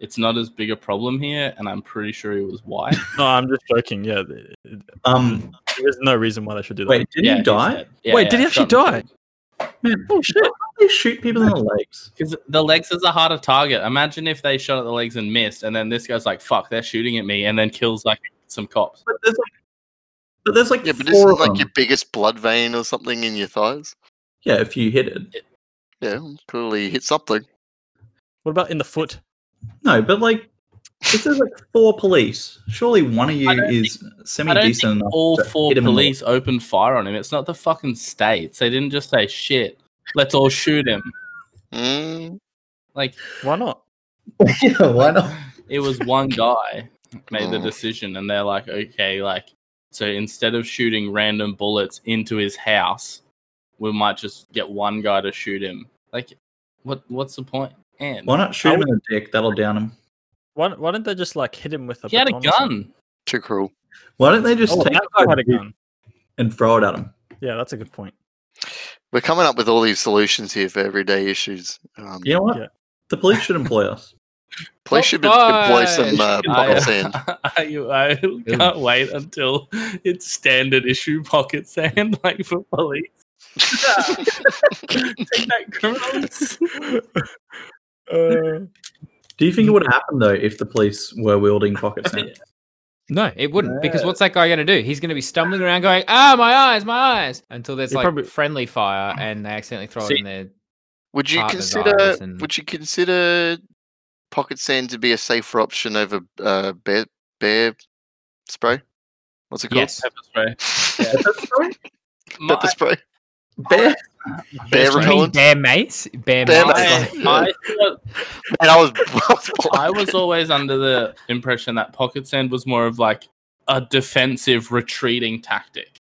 Speaker 5: It's not as big a problem here, and I'm pretty sure it was white.
Speaker 2: No, I'm just joking. Yeah, th- th-
Speaker 3: Um,
Speaker 2: there's no reason why they should do that.
Speaker 3: wait, did
Speaker 5: Yeah,
Speaker 3: he
Speaker 5: he's
Speaker 3: die?
Speaker 5: dead. Yeah,
Speaker 2: Wait,
Speaker 5: yeah,
Speaker 2: did he actually
Speaker 5: shot in
Speaker 2: die?
Speaker 3: Man, oh shit! Why do they shoot people in the legs?
Speaker 5: Because the legs is a harder target. Imagine if they shot at the legs and missed, and then this guy's like, "Fuck, they're shooting at me," and then kills like some cops.
Speaker 3: But there's like, but there's like
Speaker 1: Yeah, but isn't
Speaker 3: four of
Speaker 1: like
Speaker 3: them.
Speaker 1: your biggest blood vein or something in your thighs?
Speaker 3: Yeah, if you hit it.
Speaker 1: Yeah, well, clearly you hit something.
Speaker 2: What about in the foot?
Speaker 3: No, but like, if there's like four police, surely one of you
Speaker 5: I don't
Speaker 3: is
Speaker 5: I
Speaker 3: semi
Speaker 5: don't
Speaker 3: decent
Speaker 5: think
Speaker 3: enough.
Speaker 5: all
Speaker 3: to
Speaker 5: four
Speaker 3: hit him in the-
Speaker 5: police opened fire on him. It's not the fucking states. They didn't just say shit. Let's all shoot him.
Speaker 1: Mm,
Speaker 5: Like
Speaker 2: Why not?
Speaker 3: (laughs) yeah, why not?
Speaker 5: it was one guy made the
Speaker 1: Mm.
Speaker 5: decision and they're like okay like so instead of shooting random bullets into his house we might just get one guy to shoot him like what what's the point and
Speaker 3: Why not shoot him in the dick? That'll down him.
Speaker 2: Why why didn't they just like hit him with a?
Speaker 5: he had a
Speaker 2: baton or something?
Speaker 5: gun
Speaker 1: too cruel.
Speaker 3: Why don't they just
Speaker 2: Oh,
Speaker 3: take
Speaker 2: that guy had a
Speaker 3: the
Speaker 2: gun.
Speaker 3: and throw it at him?
Speaker 2: Yeah, that's a good point.
Speaker 1: We're coming up with all these solutions here for everyday issues. Um,
Speaker 3: You know what?
Speaker 2: Yeah.
Speaker 3: The police should employ us.
Speaker 1: Police should be-
Speaker 4: Top
Speaker 1: employ
Speaker 4: five.
Speaker 1: some
Speaker 5: (laughs)
Speaker 1: uh, pocket sand.
Speaker 5: I, I (laughs) can't wait until it's standard issue pocket sand like for police Take that, criminals.
Speaker 2: Uh,
Speaker 3: Do you
Speaker 5: Mm.
Speaker 3: think it would happen though if the police were wielding
Speaker 5: (laughs)
Speaker 3: pocket sand?
Speaker 2: no,
Speaker 4: It wouldn't because what's that guy going to do? He's going to be stumbling around going, ah, my eyes, my eyes, until there's
Speaker 2: He
Speaker 4: like
Speaker 2: probably-
Speaker 4: friendly fire and they accidentally throw
Speaker 5: See-
Speaker 4: it in (laughs) there.
Speaker 1: Would you
Speaker 4: partners are
Speaker 1: consider
Speaker 4: and-
Speaker 1: would you consider pocket sand to be a safer option over uh, bear bear spray? What's it called?
Speaker 4: Yes.
Speaker 5: Pepper spray.
Speaker 1: Pepper
Speaker 5: My,
Speaker 1: spray.
Speaker 3: Bear?
Speaker 1: Bear
Speaker 4: You mean
Speaker 1: repellent.
Speaker 4: bear mace? Bear,
Speaker 1: Bear
Speaker 4: mace.
Speaker 1: mace.
Speaker 5: I, I, thought-
Speaker 1: And I was, (laughs) I was,
Speaker 4: (laughs)
Speaker 5: I was always under the impression that pocket sand was more of like a defensive retreating tactic.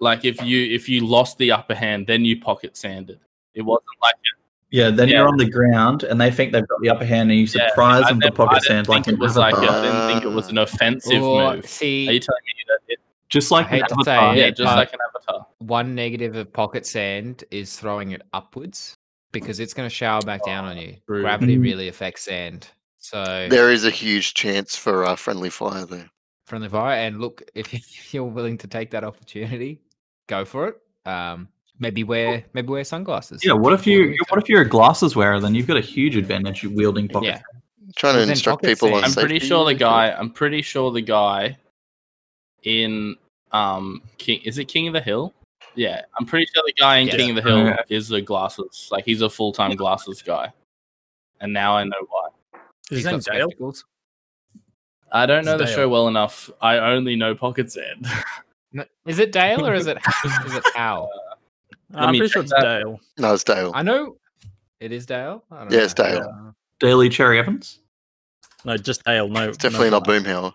Speaker 5: Like if you if you lost the upper hand, then you pocket sanded. It wasn't like
Speaker 3: Yeah, then
Speaker 5: Yeah.
Speaker 3: you're on the ground and they think they've got the upper hand and you
Speaker 5: Yeah,
Speaker 3: surprise
Speaker 5: I
Speaker 3: them with
Speaker 5: didn't- I
Speaker 3: pocket
Speaker 5: didn't
Speaker 3: sand like in
Speaker 5: think it was like I I
Speaker 1: Avatar.
Speaker 5: didn't think it
Speaker 4: Ah.
Speaker 5: was an offensive
Speaker 4: Or,
Speaker 5: move. Are you
Speaker 4: see,
Speaker 5: telling me that it,
Speaker 3: Just like
Speaker 4: Oh, I hate
Speaker 3: an
Speaker 4: to say
Speaker 3: avatar.
Speaker 5: yeah,
Speaker 4: yeah,
Speaker 5: just
Speaker 4: but-
Speaker 5: like an avatar?
Speaker 4: one negative of pocket sand is throwing it upwards because it's going to shower back down on you.
Speaker 5: true.
Speaker 4: Gravity
Speaker 2: Mm-hmm.
Speaker 3: Mm.
Speaker 4: really affects sand. So
Speaker 1: there is a huge chance for uh, friendly fire there.
Speaker 4: friendly fire. And look, if (laughs) you're willing to take that opportunity, go for it. Um, maybe wear maybe wear sunglasses.
Speaker 3: Yeah, what if
Speaker 4: before
Speaker 3: you
Speaker 4: winter.
Speaker 3: what if you're a glasses wearer? Then you've got a huge advantage you wielding pocket.
Speaker 4: Yeah.
Speaker 3: sand.
Speaker 4: But
Speaker 1: trying to
Speaker 4: then
Speaker 1: instruct
Speaker 4: pocket
Speaker 1: people
Speaker 4: sand-
Speaker 1: on
Speaker 5: I'm pretty
Speaker 1: safety,
Speaker 5: sure the
Speaker 1: okay.
Speaker 5: guy. I'm pretty sure the guy in um King is it King of the Hill? Yeah, I'm pretty sure the guy in
Speaker 4: Yeah.
Speaker 5: King of the
Speaker 2: (laughs)
Speaker 5: Hill
Speaker 3: Yeah.
Speaker 5: is a glasses. Like he's a full time glasses guy. And now I know why.
Speaker 4: He's
Speaker 2: his name
Speaker 4: got
Speaker 2: Dale?
Speaker 4: spectacles.
Speaker 5: I don't know the
Speaker 2: Dale.
Speaker 5: show well enough. I only know Pocket Sand.
Speaker 4: No, Is it Dale or is
Speaker 2: (laughs)
Speaker 4: it is it Hal?
Speaker 5: Let
Speaker 2: I'm
Speaker 5: me
Speaker 2: pretty sure it's
Speaker 5: check that.
Speaker 2: Dale.
Speaker 1: No, it's Dale.
Speaker 4: I know it is Dale. I don't
Speaker 1: Yeah, it's
Speaker 4: know.
Speaker 1: Dale.
Speaker 4: Uh,
Speaker 3: Daily cherry Evans.
Speaker 2: No, just Dale. No,
Speaker 1: It's definitely
Speaker 2: no
Speaker 1: not
Speaker 2: Boom.
Speaker 1: Boomhauer.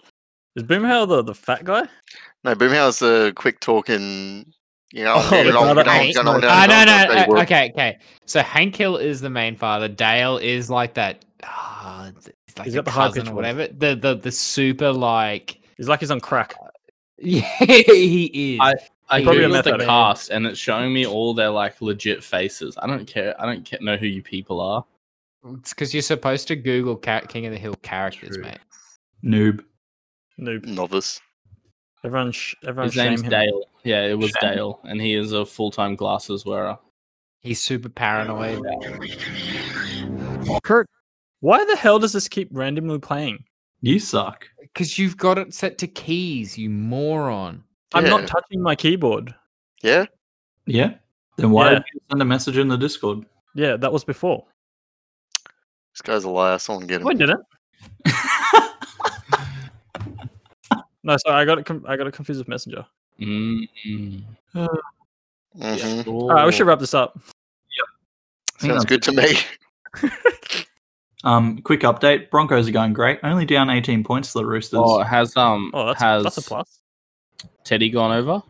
Speaker 2: Is Boomhauer the, the fat guy?
Speaker 1: No, Boomhauer's a quick talking. You know,
Speaker 2: Oh,
Speaker 1: get
Speaker 2: the
Speaker 1: it on,
Speaker 2: brother-
Speaker 1: get on, get on, get
Speaker 4: Ah,
Speaker 1: on,
Speaker 4: no,
Speaker 1: get on,
Speaker 4: no.
Speaker 1: get on,
Speaker 4: uh, okay, okay. So Hank Hill is the main father. Dale is like that. ah, th- it's like
Speaker 2: He's
Speaker 4: the
Speaker 2: got the high
Speaker 4: cousin
Speaker 2: pitch
Speaker 4: or
Speaker 2: voice.
Speaker 4: whatever. The the the super like.
Speaker 2: He's like he's on crack.
Speaker 4: Yeah, he is.
Speaker 5: (laughs) I
Speaker 4: Probably a
Speaker 5: googled the
Speaker 2: method eh? man.
Speaker 5: cast and it's showing me all their like legit faces. I don't care. I don't ca- know who you people are.
Speaker 4: It's because you're supposed to Google ca- King of the Hill characters,
Speaker 5: True.
Speaker 4: mate.
Speaker 3: Noob.
Speaker 2: Noob.
Speaker 1: Novice.
Speaker 2: Everyone, sh- everyone
Speaker 5: His
Speaker 2: Oh, shame
Speaker 5: name's
Speaker 2: him.
Speaker 5: Dale. Yeah, it was
Speaker 3: Shame.
Speaker 5: Dale, and he is a full time glasses wearer.
Speaker 4: He's super paranoid.
Speaker 2: Kurt, why the hell does this keep randomly playing?
Speaker 3: You suck.
Speaker 4: Because you've got it set to keys, you moron.
Speaker 2: I'm
Speaker 1: Yeah.
Speaker 2: not touching my keyboard.
Speaker 1: Yeah,
Speaker 3: Yeah. Then why
Speaker 2: Yeah.
Speaker 3: did you send a message in the Discord?
Speaker 2: Yeah, that was before.
Speaker 1: this guy's a liar. Someone get him.
Speaker 2: I didn't. (laughs) No, sorry, I got it. Com- I got it confused with Messenger.
Speaker 5: Mm-hmm.
Speaker 1: hmm
Speaker 2: All right, we should wrap this up.
Speaker 1: Sounds good to me. (laughs)
Speaker 3: Um, quick update: Broncos are going great. Only down 18 points to the Roosters.
Speaker 5: Oh, has um
Speaker 2: Oh, that's
Speaker 5: has
Speaker 2: that's a plus.
Speaker 5: Teddy gone over?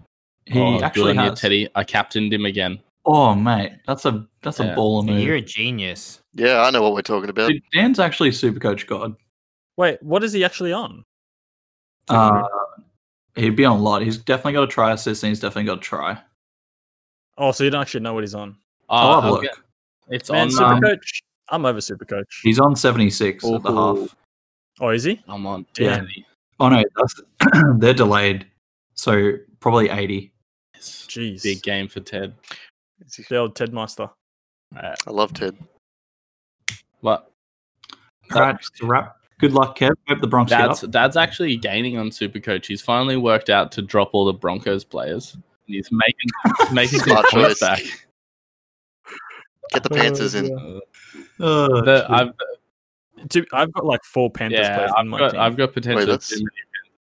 Speaker 3: he
Speaker 5: oh,
Speaker 3: actually
Speaker 5: good on you,
Speaker 3: has.
Speaker 5: Teddy. I captained him again.
Speaker 3: Oh mate, that's a that's
Speaker 5: Yeah.
Speaker 3: a baller move.
Speaker 4: You're a genius.
Speaker 1: Yeah, I know what we're talking about.
Speaker 3: Dude, Dan's actually super coach god.
Speaker 2: Wait, what is he actually on?
Speaker 3: Uh, he'd be on a lot. He's definitely got a try assist, and he's definitely got a try.
Speaker 2: Oh, so you don't actually know what he's on.
Speaker 3: I'll
Speaker 5: Oh,
Speaker 3: have a look.
Speaker 5: It's
Speaker 2: Man,
Speaker 5: on. Um,
Speaker 2: Supercoach. I'm over Supercoach.
Speaker 3: He's on 76 at the
Speaker 5: Ooh.
Speaker 3: half.
Speaker 2: Oh, is he?
Speaker 5: I'm on.
Speaker 3: Yeah.
Speaker 5: Danny.
Speaker 3: Oh no, that's, (clears throat) they're delayed, so probably 80.
Speaker 5: It's
Speaker 2: Jeez,
Speaker 5: Big game for Ted.
Speaker 1: Is he-
Speaker 2: the old Ted Meister.
Speaker 5: Alright,
Speaker 1: I love Ted.
Speaker 5: But
Speaker 3: All right, just a wrap. Good luck, Kev. Hope the Bronx
Speaker 5: Dad's
Speaker 3: get up.
Speaker 5: Dad's actually gaining on Supercoach. He's finally worked out to drop all the Broncos players. He's
Speaker 3: (laughs)
Speaker 5: making making some
Speaker 1: Smart choice.
Speaker 5: points back.
Speaker 1: Get the Panthers in.
Speaker 3: Oh,
Speaker 5: The-
Speaker 3: jeez.
Speaker 5: I've,
Speaker 2: Dude, I've got like four Panthers
Speaker 5: yeah,
Speaker 2: players in
Speaker 5: I've
Speaker 2: my (laughs)
Speaker 5: got
Speaker 2: team.
Speaker 5: I've got potential.
Speaker 1: that's-
Speaker 5: too many.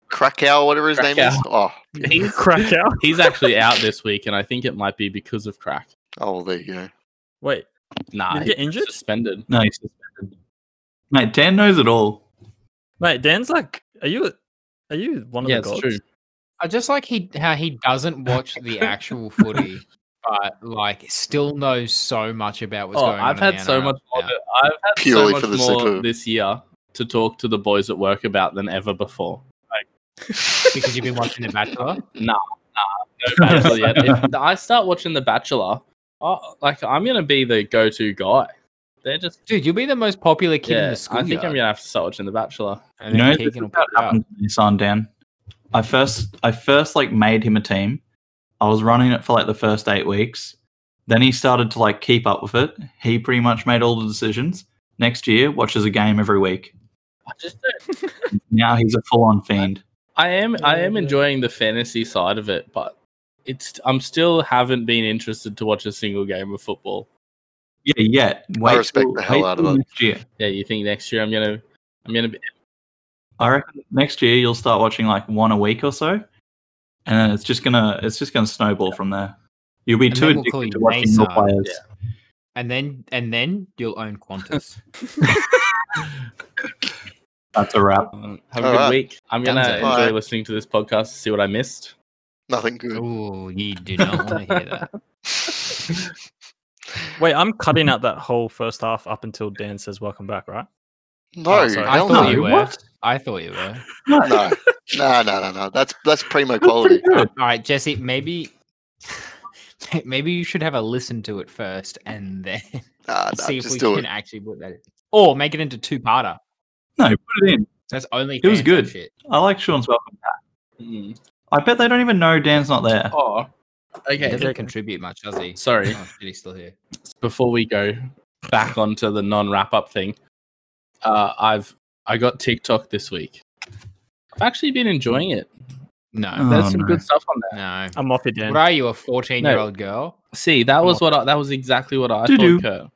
Speaker 1: Krakow, whatever his name is. Oh,
Speaker 5: He's,
Speaker 2: Crack out.
Speaker 5: he's actually out this week, and I think it might be because of crack.
Speaker 1: oh, well, there you go.
Speaker 2: Wait,
Speaker 5: Nah,
Speaker 2: Did he
Speaker 5: he's
Speaker 2: get injured?
Speaker 5: suspended.
Speaker 3: no, he's suspended. Mate, Dan knows it all.
Speaker 2: mate, Dan's like, are you, are you one of
Speaker 5: Yeah,
Speaker 2: the gods?
Speaker 5: it's true.
Speaker 4: I just like he how he doesn't watch the actual footy, but like still knows so much about what's
Speaker 5: Oh,
Speaker 4: going on.
Speaker 5: I've
Speaker 4: in the
Speaker 5: had so
Speaker 4: NRL
Speaker 5: much. More,
Speaker 4: now.
Speaker 5: to- I've had
Speaker 1: Purely
Speaker 5: so
Speaker 1: for the
Speaker 5: much more
Speaker 1: sake of-
Speaker 5: this year to talk to the boys at work about than
Speaker 4: (laughs)
Speaker 5: ever before.
Speaker 4: because you've been watching The Bachelor.
Speaker 5: No Bachelor yet. If (laughs) I start watching The Bachelor, oh, like I'm gonna be the go-to guy. They're just
Speaker 4: Dude, you'll be the most popular kid in
Speaker 5: yeah.
Speaker 4: the school.
Speaker 5: I think I'm gonna have to start watching The Bachelor.
Speaker 4: And
Speaker 3: You
Speaker 4: then
Speaker 3: know, this
Speaker 4: Keegan will
Speaker 3: is
Speaker 4: pick
Speaker 3: what
Speaker 4: you up.
Speaker 3: happened to my son, Dan. I first, I first like made him a team. I was running it for like the first eight weeks, Then he started to like keep up with it. He pretty much made all the decisions. Next year, watches a game every week.
Speaker 5: I just don't-
Speaker 3: Now he's a full-on fiend.
Speaker 5: I am I am
Speaker 2: Yeah.
Speaker 5: enjoying the fantasy side of it, but it's I'm still haven't been interested to watch a single game of football.
Speaker 3: Yeah, yeah. Wait
Speaker 1: respect the hell
Speaker 3: wait
Speaker 1: out of
Speaker 3: till
Speaker 1: it.
Speaker 3: Next year,
Speaker 5: Yeah, you think next year I'm gonna I'm gonna be
Speaker 3: I reckon next year you'll start watching like one a week or so, and then it's just gonna it's just gonna snowball from there. You'll be
Speaker 4: And
Speaker 3: too
Speaker 4: then we'll call
Speaker 3: addicted
Speaker 4: you
Speaker 3: to watching
Speaker 4: Mesa.
Speaker 3: your players.
Speaker 4: and then and then you'll own Qantas.
Speaker 3: That's a wrap.
Speaker 5: uh, have a
Speaker 1: All
Speaker 5: good
Speaker 1: right.
Speaker 5: week. I'm gonna
Speaker 4: Done.
Speaker 5: enjoy
Speaker 1: All right.
Speaker 5: listening to this podcast to see what I missed.
Speaker 1: Nothing good.
Speaker 4: oh, you do not want to hear that.
Speaker 2: Wait, I'm cutting out that whole first half up until Dan says welcome back, right?
Speaker 1: no,
Speaker 2: Oh, sorry.
Speaker 4: I
Speaker 1: hell
Speaker 4: thought
Speaker 1: no.
Speaker 4: you
Speaker 3: no,
Speaker 4: were.
Speaker 3: what?
Speaker 4: I thought you were.
Speaker 1: no, no, no, no, no. That's
Speaker 4: (laughs)
Speaker 1: that's primo
Speaker 3: That's pretty
Speaker 1: quality.
Speaker 3: good.
Speaker 4: All right, Jesse, maybe (laughs) maybe you should have a listen to it first and then
Speaker 1: Nah, nah,
Speaker 4: see if
Speaker 1: just
Speaker 4: we
Speaker 1: do
Speaker 4: can
Speaker 1: it.
Speaker 4: actually put that in. Or make it into two parter.
Speaker 3: No, put it in.
Speaker 4: That's only
Speaker 3: It was
Speaker 4: fan type
Speaker 3: good.
Speaker 4: Shit.
Speaker 3: I like Sean's welcome.
Speaker 5: Mm.
Speaker 3: I bet they don't even know Dan's not there.
Speaker 5: Oh,
Speaker 4: He
Speaker 5: okay.
Speaker 4: doesn't contribute much, does he?
Speaker 5: Sorry.
Speaker 4: Oh, shit, he's still here.
Speaker 5: before we go back onto the non wrap up thing, uh, I've I got TikTok this week. I've actually been enjoying it.
Speaker 4: No,
Speaker 3: Oh,
Speaker 5: There's some
Speaker 3: no.
Speaker 5: good stuff on there.
Speaker 4: no.
Speaker 2: I'm off it, Dan.
Speaker 4: What are you, a fourteen-year-old girl?
Speaker 5: See, that was what I, that was exactly what I
Speaker 3: Doo-doo.
Speaker 5: thought. Kurt.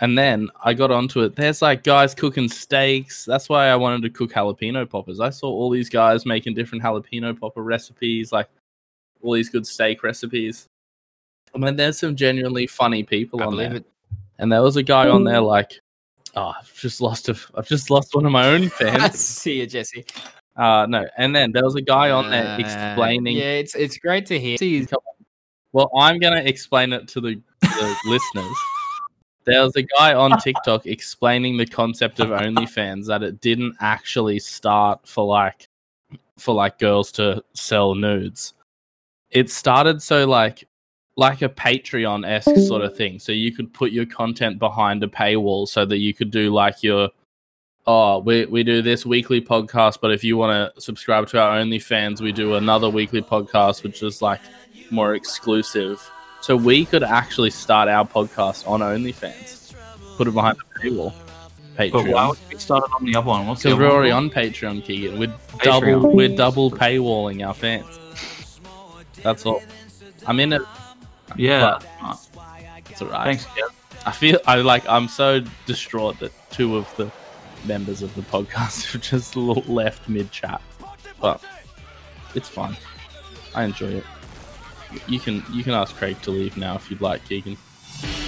Speaker 5: And then I got onto it. There's like guys cooking steaks. That's why I wanted to cook jalapeno poppers. I saw all these guys making different jalapeno popper recipes, like all these good steak recipes. And then there's some genuinely funny people
Speaker 4: I
Speaker 5: on there.
Speaker 4: believe it.
Speaker 5: and there was a guy on there like, oh, I've just lost a, I've just lost one of my
Speaker 4: (laughs)
Speaker 5: own
Speaker 4: I
Speaker 5: fans.
Speaker 4: see you, Jesse.
Speaker 5: uh, no, and then there was a guy on there
Speaker 4: Uh,
Speaker 5: explaining.
Speaker 4: Yeah, it's it's great to hear. See,
Speaker 5: Well, I'm gonna explain it to the, the listeners. There was a guy on TikTok explaining the concept of OnlyFans that it didn't actually start for like for like girls to sell nudes. It started so like like a Patreon esque sort of thing. So you could put your content behind a paywall so that you could do like your oh, we, we do this weekly podcast, but if you want to subscribe to our OnlyFans, we do another weekly podcast, which is like more exclusive. So we could actually start our podcast on OnlyFans, put it behind the paywall.
Speaker 3: But why
Speaker 5: Patreon.
Speaker 3: would we start it on the other one? What's the
Speaker 5: Because
Speaker 3: other
Speaker 5: we're
Speaker 3: one
Speaker 5: already
Speaker 3: called?
Speaker 5: on Patreon, Keegan. We're
Speaker 3: Patreon.
Speaker 5: double, we're double paywalling our fans. That's all. I'm in it.
Speaker 3: Yeah.
Speaker 5: It's alright.
Speaker 3: Thanks. Kev.
Speaker 5: I feel I like I'm so distraught that two of the members of the podcast (laughs) have just l- left mid chat, but it's fine. I enjoy it. You can you can ask Craig to leave now if you'd like, Keegan.
Speaker 6: Thank